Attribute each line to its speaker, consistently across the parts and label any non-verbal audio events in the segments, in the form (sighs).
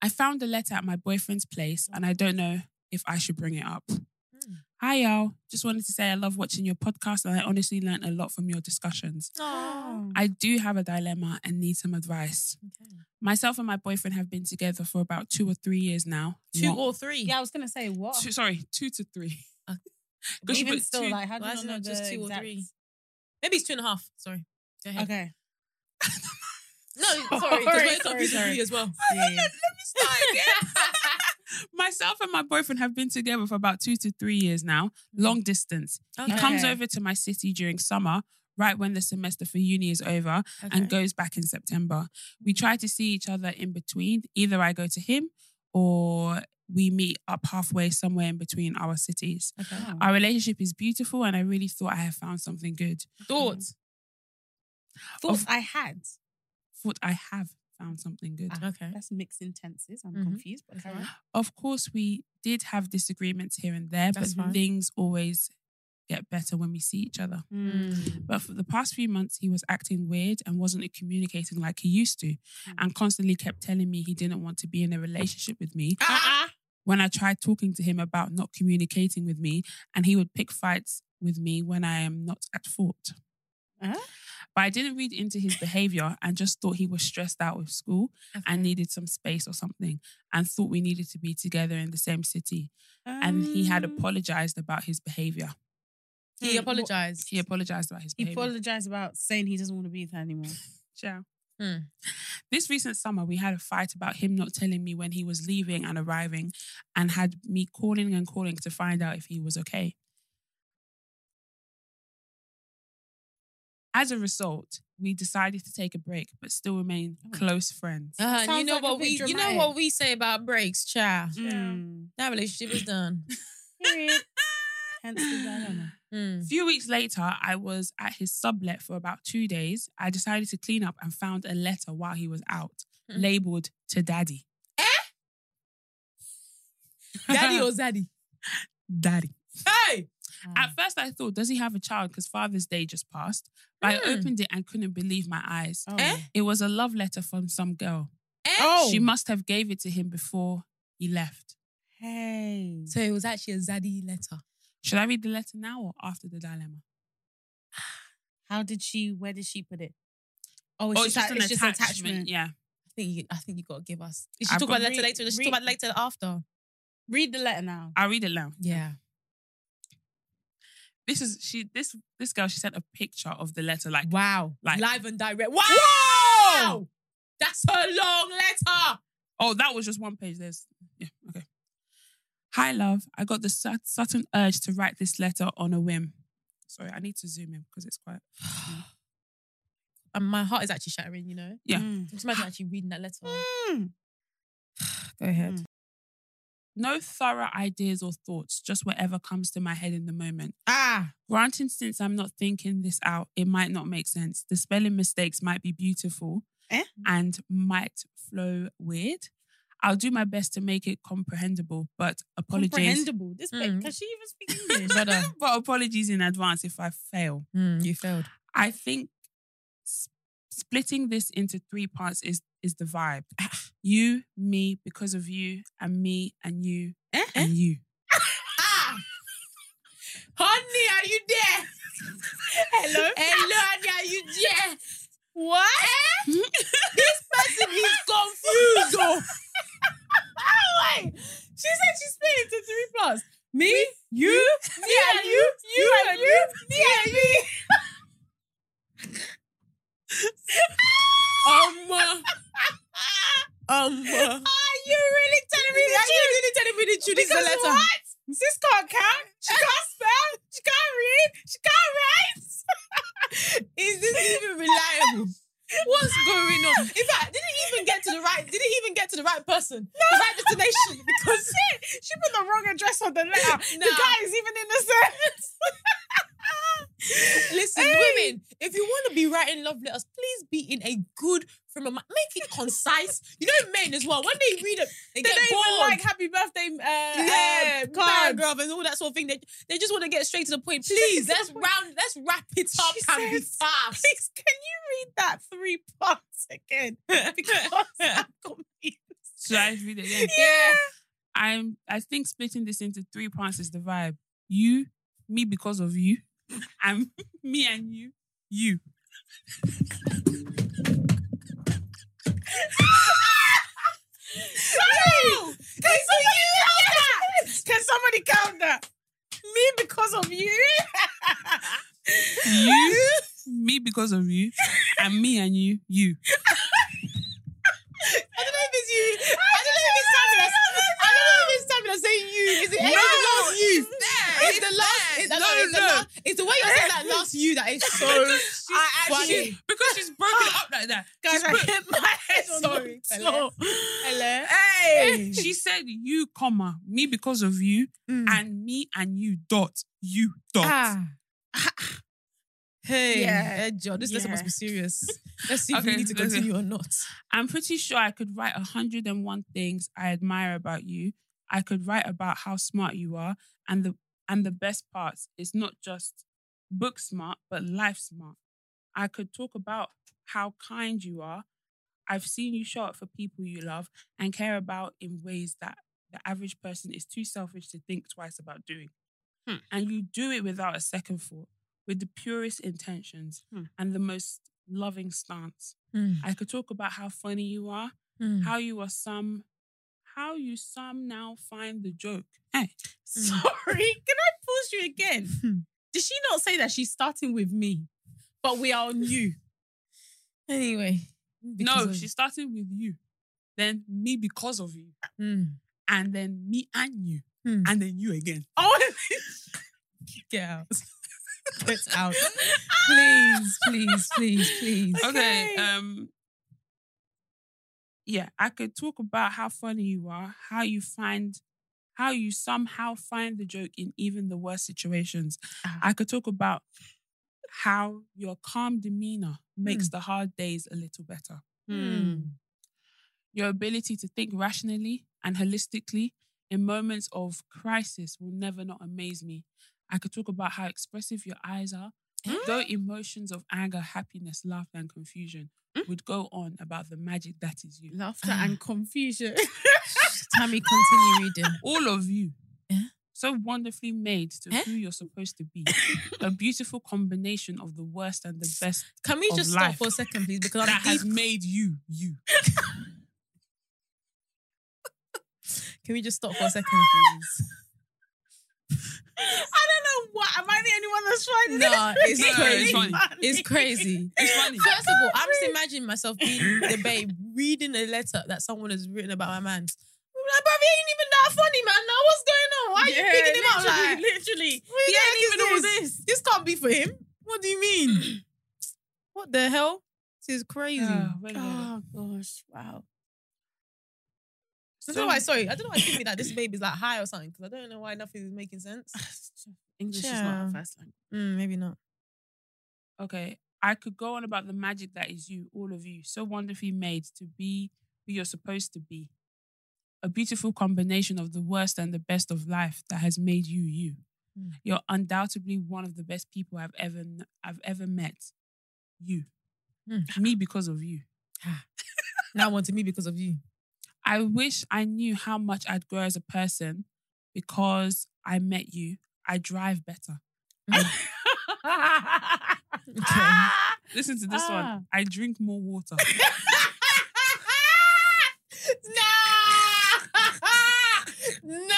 Speaker 1: I found a letter at my boyfriend's place and I don't know if I should bring it up.
Speaker 2: Hmm.
Speaker 1: Hi, y'all. Just wanted to say I love watching your podcast and I honestly learned a lot from your discussions.
Speaker 2: Hmm.
Speaker 1: I do have a dilemma and need some advice. Myself and my boyfriend have been together for about two or three years now.
Speaker 3: Two
Speaker 1: Not-
Speaker 3: or three.
Speaker 2: Yeah, I was gonna say what.
Speaker 1: two, sorry, two to three.
Speaker 2: Uh,
Speaker 1: (laughs)
Speaker 2: But
Speaker 1: 'Cause she
Speaker 2: even
Speaker 1: put
Speaker 2: still,
Speaker 1: two-
Speaker 2: like, how do
Speaker 3: Why
Speaker 2: you
Speaker 3: is
Speaker 2: not
Speaker 3: it
Speaker 2: know
Speaker 3: not just
Speaker 2: the
Speaker 3: two or
Speaker 1: (laughs)
Speaker 2: exact-
Speaker 3: three? Maybe it's two and a half. Sorry. Go ahead.
Speaker 2: Okay.
Speaker 3: (laughs)
Speaker 2: (laughs)
Speaker 3: No, sorry. Sorry,
Speaker 2: Sorry,
Speaker 3: it's
Speaker 2: sorry,
Speaker 3: confusing
Speaker 2: sorry.
Speaker 3: me as
Speaker 2: (laughs)
Speaker 3: well.
Speaker 2: Yeah, yeah. (laughs)
Speaker 1: Myself and my boyfriend have been together for about two to three years now,
Speaker 2: Hmm.
Speaker 1: long distance. He comes
Speaker 2: Okay.
Speaker 1: over to my city during summer, right when the semester for uni is over, and goes back in September. We try to see each other in between. Either I go to him or we meet up halfway somewhere in between our cities.
Speaker 2: "Oh,
Speaker 1: Our relationship is beautiful, and I really thought I had found something good.
Speaker 3: Thoughts.
Speaker 2: Thoughts
Speaker 1: Of-
Speaker 2: mm, oh, I had. Ah,
Speaker 1: Thought I have found something good.
Speaker 3: Okay.
Speaker 2: That's mixing tenses. I'm
Speaker 3: Mhm.
Speaker 2: confused, but
Speaker 3: That's
Speaker 2: carry on.
Speaker 3: (gasps)
Speaker 1: of course, we did have disagreements here and there,
Speaker 3: That's
Speaker 1: but
Speaker 3: fine.
Speaker 1: things always get better when we see each other.
Speaker 3: Mm.
Speaker 2: Mm.
Speaker 1: But for the past few months, he was acting weird and wasn't communicating like he used to,
Speaker 3: Mm.
Speaker 1: and constantly kept telling me he didn't want to be in a relationship with me.
Speaker 3: Ah,
Speaker 1: When I tried talking to him about not communicating with me, and he would pick fights with me when I am not at fault.
Speaker 3: Uh-huh.
Speaker 2: Huh?
Speaker 1: But I didn't read into his behavior and just thought he was stressed out with school
Speaker 2: ah.
Speaker 1: and needed some space or something, and thought we needed to be together in the same city. And he had
Speaker 2: Um,
Speaker 1: apologized about his behavior.
Speaker 3: Mm. He
Speaker 2: Hmm, what-
Speaker 3: apologized.
Speaker 1: He apologized about his
Speaker 2: He
Speaker 1: behavior.
Speaker 2: apologized about saying he doesn't want to be there anymore.
Speaker 1: Ciao.
Speaker 3: Hmm.
Speaker 1: This recent summer, we had a fight about him not telling me when he was leaving and arriving, and had me calling and calling to find out if he was okay. As a result, we decided to take a break, but still remain close friends.
Speaker 3: Uh, you
Speaker 2: Sounds
Speaker 3: know
Speaker 2: like a
Speaker 3: what
Speaker 2: bit
Speaker 3: we you know
Speaker 2: dramatic.
Speaker 3: what we say about breaks, child.
Speaker 2: Mm.
Speaker 3: That relationship is done.
Speaker 2: (laughs) Period. Hence the dilemma.
Speaker 3: (laughs) Mm.
Speaker 2: (laughs)
Speaker 1: A few weeks later, I was at his sublet for about two days. I decided to clean up and found a letter while he was out,
Speaker 3: Mm.
Speaker 1: labeled to daddy.
Speaker 3: Daddy or Zaddy?
Speaker 1: Daddy.
Speaker 3: Hey! Mm.
Speaker 1: At first, I thought, does he have a child? Because Father's Day just passed. But I
Speaker 3: Mm.
Speaker 1: opened it and couldn't believe my eyes.
Speaker 2: Oh.
Speaker 3: Eh?
Speaker 1: It was a love letter from some girl.
Speaker 3: Oh.
Speaker 1: She must have gave it to him before he left.
Speaker 2: Hey.
Speaker 3: So it was actually a Zaddy letter.
Speaker 1: Should I read the letter now or after the dilemma?
Speaker 2: How did she? Where did she put it? Oh, it's,
Speaker 1: Oh,
Speaker 2: just, a- it's just attachment.
Speaker 1: Yeah.
Speaker 3: I think you I think you gotta give us. Did she
Speaker 1: I've
Speaker 3: talk
Speaker 1: got-
Speaker 3: about letter
Speaker 2: Read-
Speaker 3: later? Did she
Speaker 2: read-
Speaker 3: talk about letter after?
Speaker 2: Read the letter now.
Speaker 1: I'll read it now.
Speaker 3: Yeah.
Speaker 1: This is she this this girl, she sent a picture of the letter like
Speaker 3: Wow.
Speaker 1: Like-
Speaker 3: Live and direct. Wow! That's a long letter.
Speaker 1: Oh, that was just one page. There's yeah, okay. Hi, love. I got the sud- sudden urge to write this letter on a whim. Sorry, I need to zoom in because it's
Speaker 3: (sighs)
Speaker 1: quite.
Speaker 3: And Um, my heart is actually shattering, you know?
Speaker 1: Yeah.
Speaker 2: Mm.
Speaker 3: Just imagine
Speaker 2: (gasps)
Speaker 3: actually reading that letter.
Speaker 2: Mm.
Speaker 3: Go ahead.
Speaker 1: Mm. No thorough ideas or thoughts, just whatever comes to my head in the moment.
Speaker 3: Ah.
Speaker 1: Granted, since I'm not thinking this out, it might not make sense. The spelling mistakes might be beautiful
Speaker 2: Eh?
Speaker 1: and might flow weird. I'll do my best to make it comprehensible, but apologies.
Speaker 2: Comprehensible. This bit.
Speaker 3: Mm.
Speaker 2: Can she
Speaker 3: (laughs)
Speaker 2: even speak English?
Speaker 3: Brother.
Speaker 1: (laughs) but apologies in advance if I fail.
Speaker 3: Mm, you failed.
Speaker 1: I think s- splitting this into three (sighs) parts is is the vibe. you, me, because of you, and me, and you,
Speaker 4: Eh?
Speaker 1: and you.
Speaker 2: Ah! Honey, are you there?
Speaker 4: Hello?
Speaker 2: Hello, honey, are you there?
Speaker 4: What? Eh?
Speaker 2: this person is confused. oh.
Speaker 4: Wait. She said she split into three parts. Me, you, me and you, you and you, me and me.
Speaker 2: Um, uh, um, uh,
Speaker 4: Are you really telling me the
Speaker 2: Are you
Speaker 4: truth?
Speaker 2: really telling me the truth? This is the
Speaker 4: Because
Speaker 2: letter.
Speaker 4: what? Sis can't count. She can't (laughs) spell. She can't read. She can't write.
Speaker 2: (laughs) Is this even reliable? What's going on? In fact, didn't even get to the right. Didn't even get to the right person. The right
Speaker 4: (laughs)
Speaker 2: destination. Because
Speaker 4: She put the wrong address on the letter. The
Speaker 2: Nah.
Speaker 4: guy is even in the sentence.
Speaker 2: (laughs) listen, women, if you want to be writing love letters, please be in a good frame of mind. Make it concise. You know, men as well. When they read it,
Speaker 4: They
Speaker 2: they, get
Speaker 4: don't
Speaker 2: bored.
Speaker 4: even like happy birthday uh,
Speaker 2: yeah,
Speaker 4: uh, cards.
Speaker 2: paragraph and all that sort of thing. They, they just want to get straight to the point. Please, let's round, let's wrap it up
Speaker 4: She
Speaker 2: and be
Speaker 4: says-
Speaker 2: fast.
Speaker 4: Please, can you read that three parts again?
Speaker 2: (laughs)
Speaker 4: Because I'm confused.
Speaker 1: So I read
Speaker 3: (laughs)
Speaker 1: it again.
Speaker 2: (laughs)
Speaker 4: Yeah.
Speaker 1: I'm I think splitting this into three parts is the vibe. You, me because of you, (laughs) and me and you, you.
Speaker 4: No! Can somebody count that? Can somebody count that? Me because of you?
Speaker 1: You, me because of you, and me and you, you.
Speaker 2: I don't know if it's you. I don't know if it's Tamina. I don't know if it's Tamina saying you. Is it
Speaker 4: No,
Speaker 2: no, the last you?
Speaker 4: it's there,
Speaker 2: It's
Speaker 4: it's
Speaker 2: the last.
Speaker 4: there.
Speaker 2: It's, no,
Speaker 4: No,
Speaker 2: it's, the
Speaker 4: no.
Speaker 2: last it's the way you're saying that last you that is so.
Speaker 4: (laughs) I
Speaker 2: funny.
Speaker 4: actually,
Speaker 1: Because she's broken it up like that.
Speaker 4: (gasps) guys,
Speaker 1: She's
Speaker 4: I
Speaker 1: broke-
Speaker 4: hit
Speaker 1: (laughs)
Speaker 4: my head on
Speaker 2: Sorry,
Speaker 4: the
Speaker 2: hello.
Speaker 4: floor.
Speaker 2: Hello. Mm.
Speaker 4: Hey!
Speaker 1: (laughs) she said you, comma, me because of you,
Speaker 4: Mm.
Speaker 1: and me and you dot. You dot.
Speaker 4: Ah.
Speaker 2: Ah. Hey,
Speaker 4: Yeah.
Speaker 2: yeah. John, this lesson must be serious. Let's see if we
Speaker 1: Okay,
Speaker 2: need to
Speaker 1: let's see.
Speaker 2: continue or not.
Speaker 1: I'm pretty sure I could write 101 things I admire about you. I could write about how smart you are and the and the best parts is not just book smart but life smart. I could talk about how kind you are. I've seen you show up for people you love and care about in ways that the average person is too selfish to think twice about doing.
Speaker 2: Hmm.
Speaker 1: And you do it without a second thought, with the purest intentions
Speaker 2: Hmm.
Speaker 1: and the most loving stance. I could talk about how funny you are,
Speaker 2: Hmm.
Speaker 1: how you are some, how you somehow find the joke. Hey,
Speaker 4: (laughs) Sorry, can I pause you again?
Speaker 2: Hmm.
Speaker 4: Did she not say that she's starting with me, but we are on you?
Speaker 2: Anyway. because
Speaker 1: no,
Speaker 2: of-
Speaker 1: she started with you, then me because of you,
Speaker 2: Mm.
Speaker 1: and then me and you,
Speaker 2: Hmm. (laughs)
Speaker 1: and then you again.
Speaker 4: Oh,
Speaker 2: Get out. (laughs) Get out. Please, please, please, please.
Speaker 1: Okay.
Speaker 4: Okay. uh,
Speaker 1: Um. Yeah, I could talk about how funny you are, how you find, how you somehow find the joke in even the worst situations.
Speaker 2: Ah.
Speaker 1: I could talk about how your calm demeanor makes the hard days a little better.
Speaker 2: Hmm.
Speaker 1: Your ability to think rationally and holistically in moments of crisis will never not amaze me. I could talk about how expressive your eyes are,
Speaker 4: hmm.
Speaker 1: though emotions of anger, happiness, laughter, and confusion
Speaker 2: Mm.
Speaker 1: would go on about the magic that is you.
Speaker 4: laughter and confusion.
Speaker 2: (laughs) Tammy, continue reading.
Speaker 1: All of you,
Speaker 2: Eh?
Speaker 1: so wonderfully made to
Speaker 2: Eh?
Speaker 1: who you're supposed to
Speaker 2: (laughs)
Speaker 1: be. A beautiful combination of the worst and the best
Speaker 2: Can we
Speaker 1: Of
Speaker 2: just
Speaker 1: life.
Speaker 2: stop for a second, please? Because
Speaker 1: that
Speaker 2: I'm
Speaker 1: has
Speaker 2: deep.
Speaker 1: made you, you.
Speaker 2: Can we just stop for a second, please?
Speaker 4: (laughs) I don't know what. Am I the only one that's finding
Speaker 2: No,
Speaker 4: this? (laughs)
Speaker 2: it's
Speaker 1: No,
Speaker 2: crazy.
Speaker 1: it's funny. (laughs)
Speaker 2: It's crazy.
Speaker 1: It's funny.
Speaker 2: (laughs) First of all, I'm just imagining myself being the babe reading a letter that someone has written about my man. I'm like, brother, he ain't even that funny, man. Now what's going on? Why are
Speaker 4: Yeah,
Speaker 2: you picking him up?
Speaker 4: literally,
Speaker 2: Like,
Speaker 4: literally.
Speaker 2: what the
Speaker 4: Yeah,
Speaker 2: heck is
Speaker 4: even all
Speaker 2: this?
Speaker 4: this.
Speaker 2: This can't be for him. What do you mean? what the hell? This is crazy.
Speaker 1: Ah, wait a minute.
Speaker 4: Oh gosh! Wow.
Speaker 2: I don't know why. Sorry, I don't know why. Think me that this baby's like high or something because I don't know why nothing is
Speaker 1: (sighs)
Speaker 2: making sense.
Speaker 4: English
Speaker 2: is not our
Speaker 4: first language.
Speaker 2: Mm, maybe not.
Speaker 1: okay, I could go on about the magic that is you, all of you, so wonderfully made to be who you're supposed to be. A beautiful combination of the worst and the best of life that has made you you.
Speaker 2: Mm.
Speaker 1: You're undoubtedly one of the best people I've ever kn- I've ever met. You,
Speaker 2: Mm.
Speaker 1: me because of you.
Speaker 2: Now I want to me because of you.
Speaker 1: I wish I knew how much I'd grow as a person, because I met you, I drive better.
Speaker 2: (laughs)
Speaker 1: Listen to this
Speaker 2: Ah.
Speaker 1: one. I drink more water.
Speaker 3: no! no!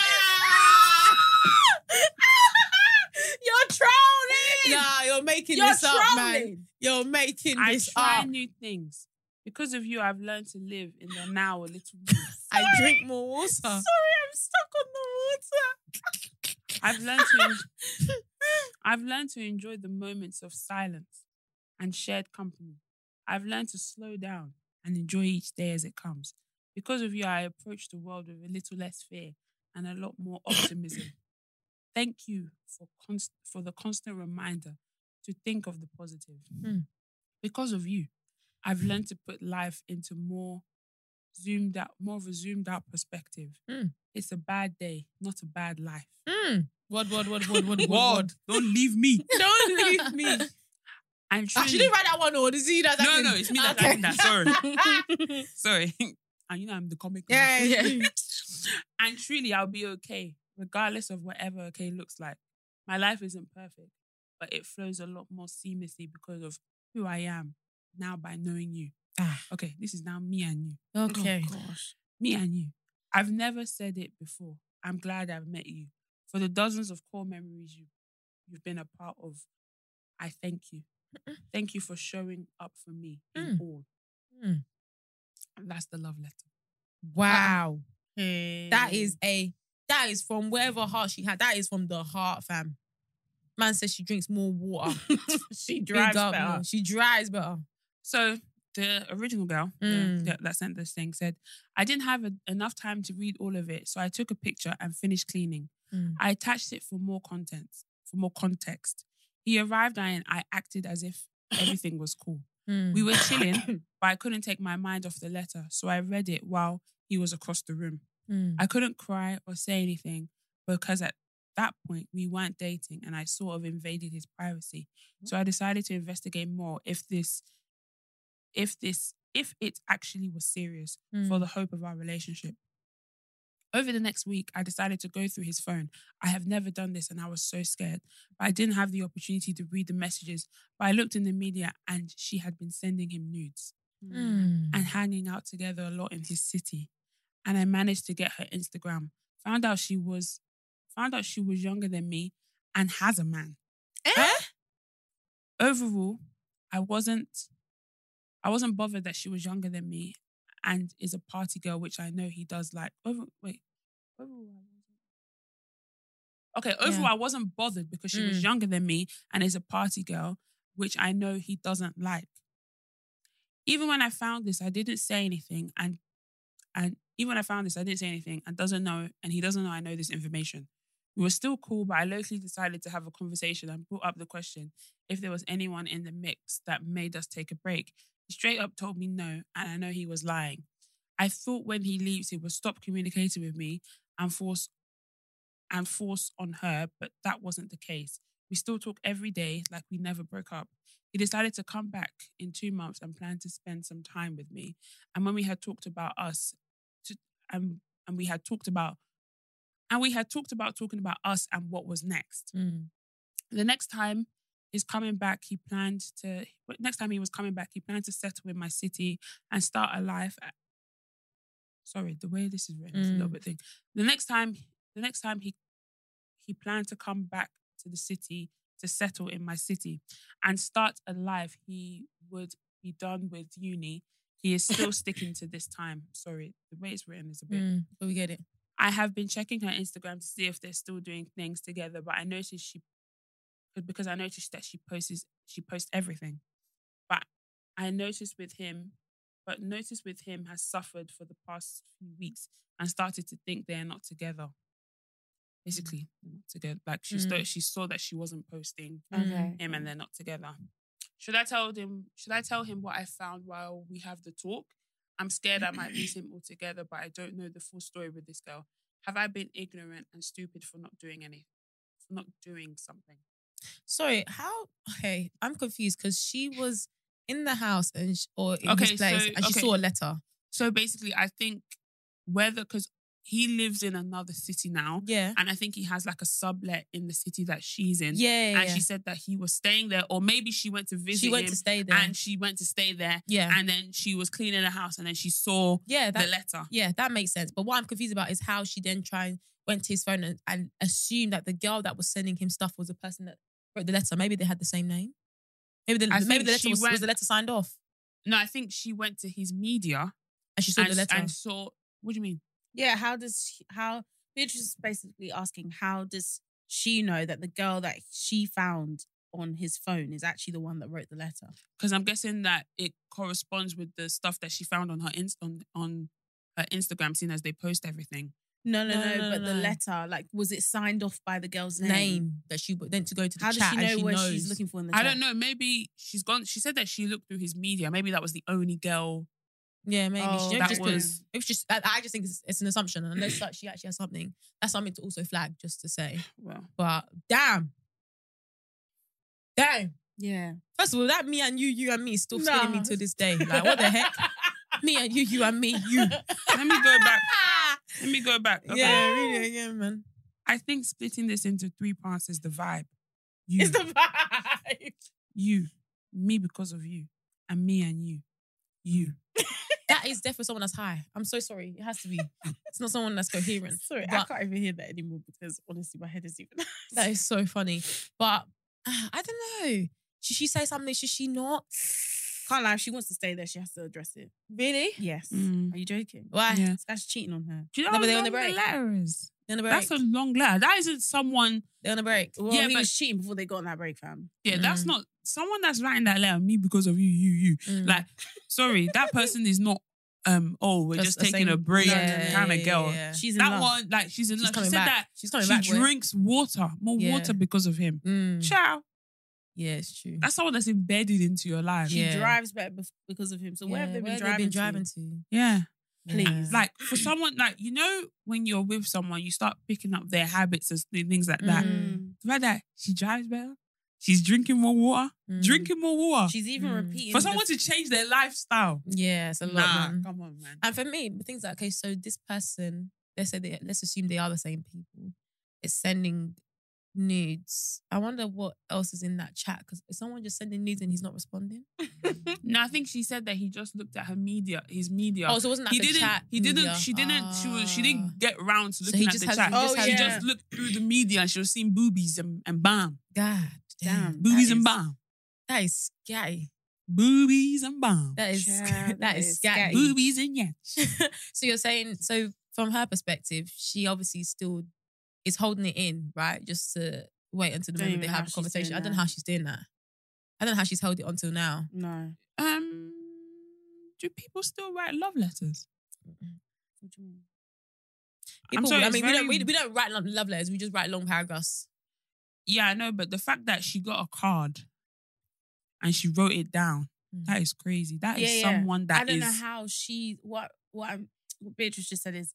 Speaker 2: You're trolling.
Speaker 3: Nah, you're making
Speaker 2: You're
Speaker 3: this up, man.
Speaker 2: trolling.
Speaker 3: You're making
Speaker 1: I
Speaker 3: this
Speaker 1: try
Speaker 3: up.
Speaker 1: new things. Because of you, I've learned to live in the now
Speaker 3: (laughs)
Speaker 1: a little bit.
Speaker 3: I drink more water.
Speaker 2: Sorry, I'm stuck on the water.
Speaker 1: I've learned to
Speaker 2: (laughs)
Speaker 1: en- I've learned to enjoy the moments of silence and shared company. I've learned to slow down and enjoy each day as it comes. Because of you, I approach the world with a little less fear and a lot more
Speaker 2: (coughs)
Speaker 1: optimism. Thank you for const- for the constant reminder to think of the positive.
Speaker 2: Hmm.
Speaker 1: Because of you, I've learned to put life into more zoomed out, more of a zoomed out perspective.
Speaker 2: Hmm.
Speaker 1: It's a bad day, not a bad life.
Speaker 2: Mm.
Speaker 3: Word, word, word, word, word, word,
Speaker 1: God,
Speaker 3: word.
Speaker 1: (laughs) don't leave me.
Speaker 3: Don't leave me.
Speaker 1: I'm
Speaker 3: Oh, she
Speaker 1: truly.
Speaker 3: didn't write that one, or is it you that's
Speaker 1: Hmm. no,
Speaker 3: acting?
Speaker 1: no, it's me that
Speaker 3: Okay.
Speaker 1: typing that.
Speaker 3: (laughs)
Speaker 1: Sorry, sorry. (laughs) And you know I'm the comic. one.
Speaker 3: Yeah, yeah.
Speaker 1: (laughs) and truly, I'll be okay, regardless of whatever okay looks like. My life isn't perfect, but it flows a lot more seamlessly because of who I am now by knowing you.
Speaker 2: (laughs) Ah.
Speaker 1: Okay, this is now me and you.
Speaker 2: Okay.
Speaker 3: Oh, gosh.
Speaker 1: me and you. I've never said it before. I'm glad I've met you. For the dozens of core memories you, you've been a part of, I thank you. Thank you for showing up for me in all.
Speaker 2: Mm.
Speaker 1: And that's the love letter.
Speaker 2: Wow.
Speaker 3: That
Speaker 1: Mm.
Speaker 3: is a that is from wherever heart she had. That is from the heart, fam. Man says she drinks more
Speaker 1: (laughs)
Speaker 3: water. (laughs)
Speaker 2: she
Speaker 3: Big up, man. She drives better.
Speaker 1: So the original girl the-
Speaker 2: Mm.
Speaker 1: that, that sent this thing said, I didn't have a, enough time to read all of it, so I took a picture and finished cleaning.
Speaker 2: Mm.
Speaker 1: I attached it for more content, for more context. He arrived and I acted as if everything was cool. We were chilling, but I couldn't take my mind off the letter, so I read it while he was across the room. I couldn't cry or say anything because at that point we weren't dating and I sort of invaded his privacy. So I decided to investigate more if this if this if it actually was serious for the hope of our relationship. Over the next week, I decided to go through his phone. I have never done this and I was so scared. But I didn't have the opportunity to read the messages. But I looked in the media and she had been sending him nudes and hanging out together a lot in his city. And I managed to get her Instagram. Found out she was found out she was younger than me and has a man.
Speaker 3: Eh?
Speaker 1: Overall, I wasn't I wasn't bothered that she was younger than me and is a party girl, which I know he does like. Over wait. Overall, I wasn't- Okay, overall, I wasn't bothered because she was younger than me and is a party girl, which I know he doesn't like even when I found this, I didn't say anything, and and even when I found this, I didn't say anything, and doesn't know, and he doesn't know I know this information. We were still cool, but I locally decided to have a conversation and brought up the question if there was anyone in the mix that made us take a break. He straight up told me no, and I know he was lying. I thought when he leaves, he would stop communicating with me and force and force on her, but that wasn't the case. We still talk every day like we never broke up. He decided to come back in two months and planned to spend some time with me. And when we had talked about us, to, and and we had talked about, and we had talked about talking about us and what was next. The next time is coming back, he planned to. but Next time he was coming back, he planned to settle in my city and start a life. a- Sorry, the way this is written is a little bit thing. The next time, the next time he he planned to come back to the city to settle in my city and start a life he would be done with uni. He is still sticking to this time. Sorry, the way it's written is a bit.
Speaker 3: But we get it.
Speaker 1: I have been checking her Instagram to see if they're still doing things together, but I noticed she because I noticed that she posts she posts everything. But I noticed with him, but notice with him has suffered for the past few weeks and started to think they're not together. Basically, they're not together. Like she sto- she saw that she wasn't posting
Speaker 2: Okay.
Speaker 1: him and they're not together. Should I tell him should I tell him what I found while we have the talk? I'm scared I might
Speaker 2: (clears throat)
Speaker 1: lose him altogether, but I don't know the full story with this girl. Have I been ignorant and stupid for not doing anything? For not doing something?
Speaker 3: Sorry, how? Okay, I'm confused because she was in the house and sh- or in
Speaker 1: Okay,
Speaker 3: his place,
Speaker 1: so-
Speaker 3: and she
Speaker 1: okay.
Speaker 3: saw a letter.
Speaker 1: So basically, I think whether because he lives in another city now.
Speaker 2: Yeah.
Speaker 1: And I think he has like a sublet in the city that she's in.
Speaker 2: Yeah, yeah,
Speaker 1: And
Speaker 2: yeah.
Speaker 1: she said that he was staying there, or maybe she went to visit
Speaker 2: She went
Speaker 1: him
Speaker 2: to stay there.
Speaker 1: and she went to stay there.
Speaker 2: Yeah.
Speaker 1: And then she was cleaning the house and then she saw
Speaker 2: yeah, that,
Speaker 1: the letter.
Speaker 2: yeah, that makes sense. But what I'm confused about is how she then tried went to his phone and, and assumed that the girl that was sending him stuff was the person that wrote the letter. Maybe they had the same name. Maybe the
Speaker 1: I
Speaker 2: maybe
Speaker 1: think
Speaker 2: the letter
Speaker 1: she
Speaker 2: was, was
Speaker 1: went-
Speaker 2: the letter signed off
Speaker 1: No, I think she went to his media
Speaker 2: and she saw the
Speaker 1: and,
Speaker 2: letter.
Speaker 1: and saw. What do you mean?
Speaker 5: Yeah, how does she, how Beatrice is basically asking how does she know that the girl that she found on his phone is actually the one that wrote the letter?
Speaker 1: Because I'm guessing that it corresponds with the stuff that she found on her inst- on, on her Instagram, seeing as they post everything.
Speaker 5: No, no,
Speaker 2: No,
Speaker 5: no,
Speaker 2: no,
Speaker 5: but the
Speaker 2: no.
Speaker 5: letter, like, was it signed off by the girl's name?
Speaker 2: name. that she then to go to the
Speaker 5: How does
Speaker 2: chat
Speaker 5: she
Speaker 2: and
Speaker 5: know what
Speaker 2: knows.
Speaker 5: she's looking for in the
Speaker 1: I
Speaker 5: chat?
Speaker 1: don't know. Maybe she's gone. She said that she looked through his media. Maybe that was the only girl.
Speaker 2: Yeah, maybe
Speaker 5: Oh,
Speaker 2: she
Speaker 1: that
Speaker 2: just
Speaker 1: was-
Speaker 2: put, it was just. I, I just think it's, it's an assumption, and unless like, she actually has something, that's something to also flag, just to say.
Speaker 5: (sighs)
Speaker 1: Well,
Speaker 2: But damn, damn.
Speaker 5: Yeah.
Speaker 2: First of all, that me and you, you and me is still spinning me
Speaker 5: No.
Speaker 2: to this day. Like what the
Speaker 5: (laughs)
Speaker 2: heck? me and you, you and me, you.
Speaker 1: let me
Speaker 2: (laughs)
Speaker 1: go
Speaker 5: (laughs)
Speaker 1: back. Let me go back. Okay.
Speaker 2: Yeah, really again, man.
Speaker 1: I think splitting this into three parts is the vibe. You,
Speaker 5: It's the vibe.
Speaker 1: you, me because of you, and me and you, you.
Speaker 2: That is definitely someone that's high. I'm so sorry. It has to be. It's not someone that's coherent.
Speaker 5: Sorry, I
Speaker 2: But-
Speaker 5: can't even hear that anymore because honestly, my head is even.
Speaker 2: That is so funny. But (sighs) uh, I don't know. Should she say something? Should she not?
Speaker 5: can't lie. If she wants to stay there, she has to address it.
Speaker 2: Really?
Speaker 5: Yes.
Speaker 1: Mm.
Speaker 5: Are you joking?
Speaker 2: Why?
Speaker 1: Yeah.
Speaker 5: This guy's cheating on her.
Speaker 1: Do you know
Speaker 2: No,
Speaker 1: how
Speaker 2: but they're
Speaker 1: long
Speaker 2: on
Speaker 1: the
Speaker 2: the break.
Speaker 1: letter is?
Speaker 2: They're on a break.
Speaker 1: That's a long letter. That isn't someone.
Speaker 2: They're on a break.
Speaker 5: Well,
Speaker 1: Yeah,
Speaker 5: he
Speaker 1: but-
Speaker 5: was cheating before they got on that break, fam.
Speaker 1: Yeah, that's
Speaker 2: Mm.
Speaker 1: not someone that's writing that letter. Me because of you, you, you.
Speaker 2: Mm.
Speaker 1: Like, sorry, that person is not. Um. Oh, we're just,
Speaker 2: the
Speaker 1: taking a
Speaker 2: same-
Speaker 1: break,
Speaker 2: Yeah,
Speaker 1: kind of
Speaker 2: yeah,
Speaker 1: girl.
Speaker 2: yeah.
Speaker 5: She's in
Speaker 1: That
Speaker 5: love.
Speaker 1: one, like, she's in
Speaker 2: She's
Speaker 1: love. She
Speaker 2: coming
Speaker 1: said
Speaker 2: back.
Speaker 1: that
Speaker 2: She's coming
Speaker 1: she
Speaker 2: back. with-
Speaker 1: drinks water, more
Speaker 2: Yeah.
Speaker 1: water because of him.
Speaker 2: Mm.
Speaker 1: Ciao.
Speaker 2: Yeah, it's true.
Speaker 1: That's someone that's embedded into your life.
Speaker 5: She
Speaker 2: Yeah.
Speaker 5: drives better bef- because of him. So where have
Speaker 2: Yeah,
Speaker 5: they been,
Speaker 2: where
Speaker 5: driving,
Speaker 2: been
Speaker 5: to?
Speaker 2: driving to?
Speaker 1: Yeah.
Speaker 2: Yeah.
Speaker 5: Please.
Speaker 1: Like for someone like you know when you're with someone you start picking up their habits and th- things like that.
Speaker 2: Mm.
Speaker 1: The fact that she drives better, she's drinking more water,
Speaker 2: Mm.
Speaker 1: drinking more water.
Speaker 5: She's even
Speaker 2: Mm.
Speaker 5: repeating
Speaker 1: for
Speaker 5: the-
Speaker 1: someone to change their lifestyle.
Speaker 2: Yeah, it's a lot.
Speaker 1: Nah,
Speaker 2: man.
Speaker 1: come on, man.
Speaker 2: And for me, the things like okay, so this person, let's say they, let's assume they are the same people, is sending nudes. I wonder what else is in that chat because is someone just sending nudes and he's not responding?
Speaker 1: No, I think she said that he just looked at her media, his media.
Speaker 2: Oh, so it wasn't that
Speaker 1: he
Speaker 2: for
Speaker 1: didn't.
Speaker 2: chat?
Speaker 1: He didn't.
Speaker 2: media?
Speaker 1: She didn't. She was. She
Speaker 2: Ah.
Speaker 1: didn't get round to
Speaker 2: So
Speaker 1: looking
Speaker 2: he
Speaker 1: at
Speaker 2: just
Speaker 1: the
Speaker 2: has-
Speaker 1: chat.
Speaker 2: he just
Speaker 5: Oh,
Speaker 1: She
Speaker 5: has-
Speaker 1: just looked through the media and she was seeing boobies and, and bam,
Speaker 2: Ah. God damn,
Speaker 5: Damn. that
Speaker 1: boobies and
Speaker 5: is-
Speaker 1: bam,
Speaker 2: that is scary.
Speaker 1: boobies and bam,
Speaker 2: That is
Speaker 1: (laughs)
Speaker 5: Child,
Speaker 2: that is scary.
Speaker 1: boobies and yes.
Speaker 2: so you're saying so from her perspective, she obviously still is holding it in, right? Just to wait until the
Speaker 5: Don't
Speaker 2: moment they
Speaker 5: even know
Speaker 2: have
Speaker 5: how
Speaker 2: a
Speaker 5: she's
Speaker 2: conversation.
Speaker 5: doing
Speaker 2: I don't know
Speaker 5: that.
Speaker 2: how she's doing that. I don't know how she's held it until now.
Speaker 5: No.
Speaker 1: Um, do people still write love letters?
Speaker 5: What do you mean?
Speaker 1: I'm
Speaker 2: People-
Speaker 1: sorry,
Speaker 2: I
Speaker 1: it's
Speaker 2: mean, we don't
Speaker 1: very-
Speaker 2: we, we don't write lo- love letters. We just write long paragraphs.
Speaker 1: Yeah, I know, but the fact that she got a card and she wrote it down,
Speaker 2: Mm.
Speaker 1: that is crazy. That is
Speaker 5: Yeah, yeah.
Speaker 1: someone that
Speaker 5: I don't
Speaker 1: is-
Speaker 5: know how she what what, I'm, what Beatrice just said is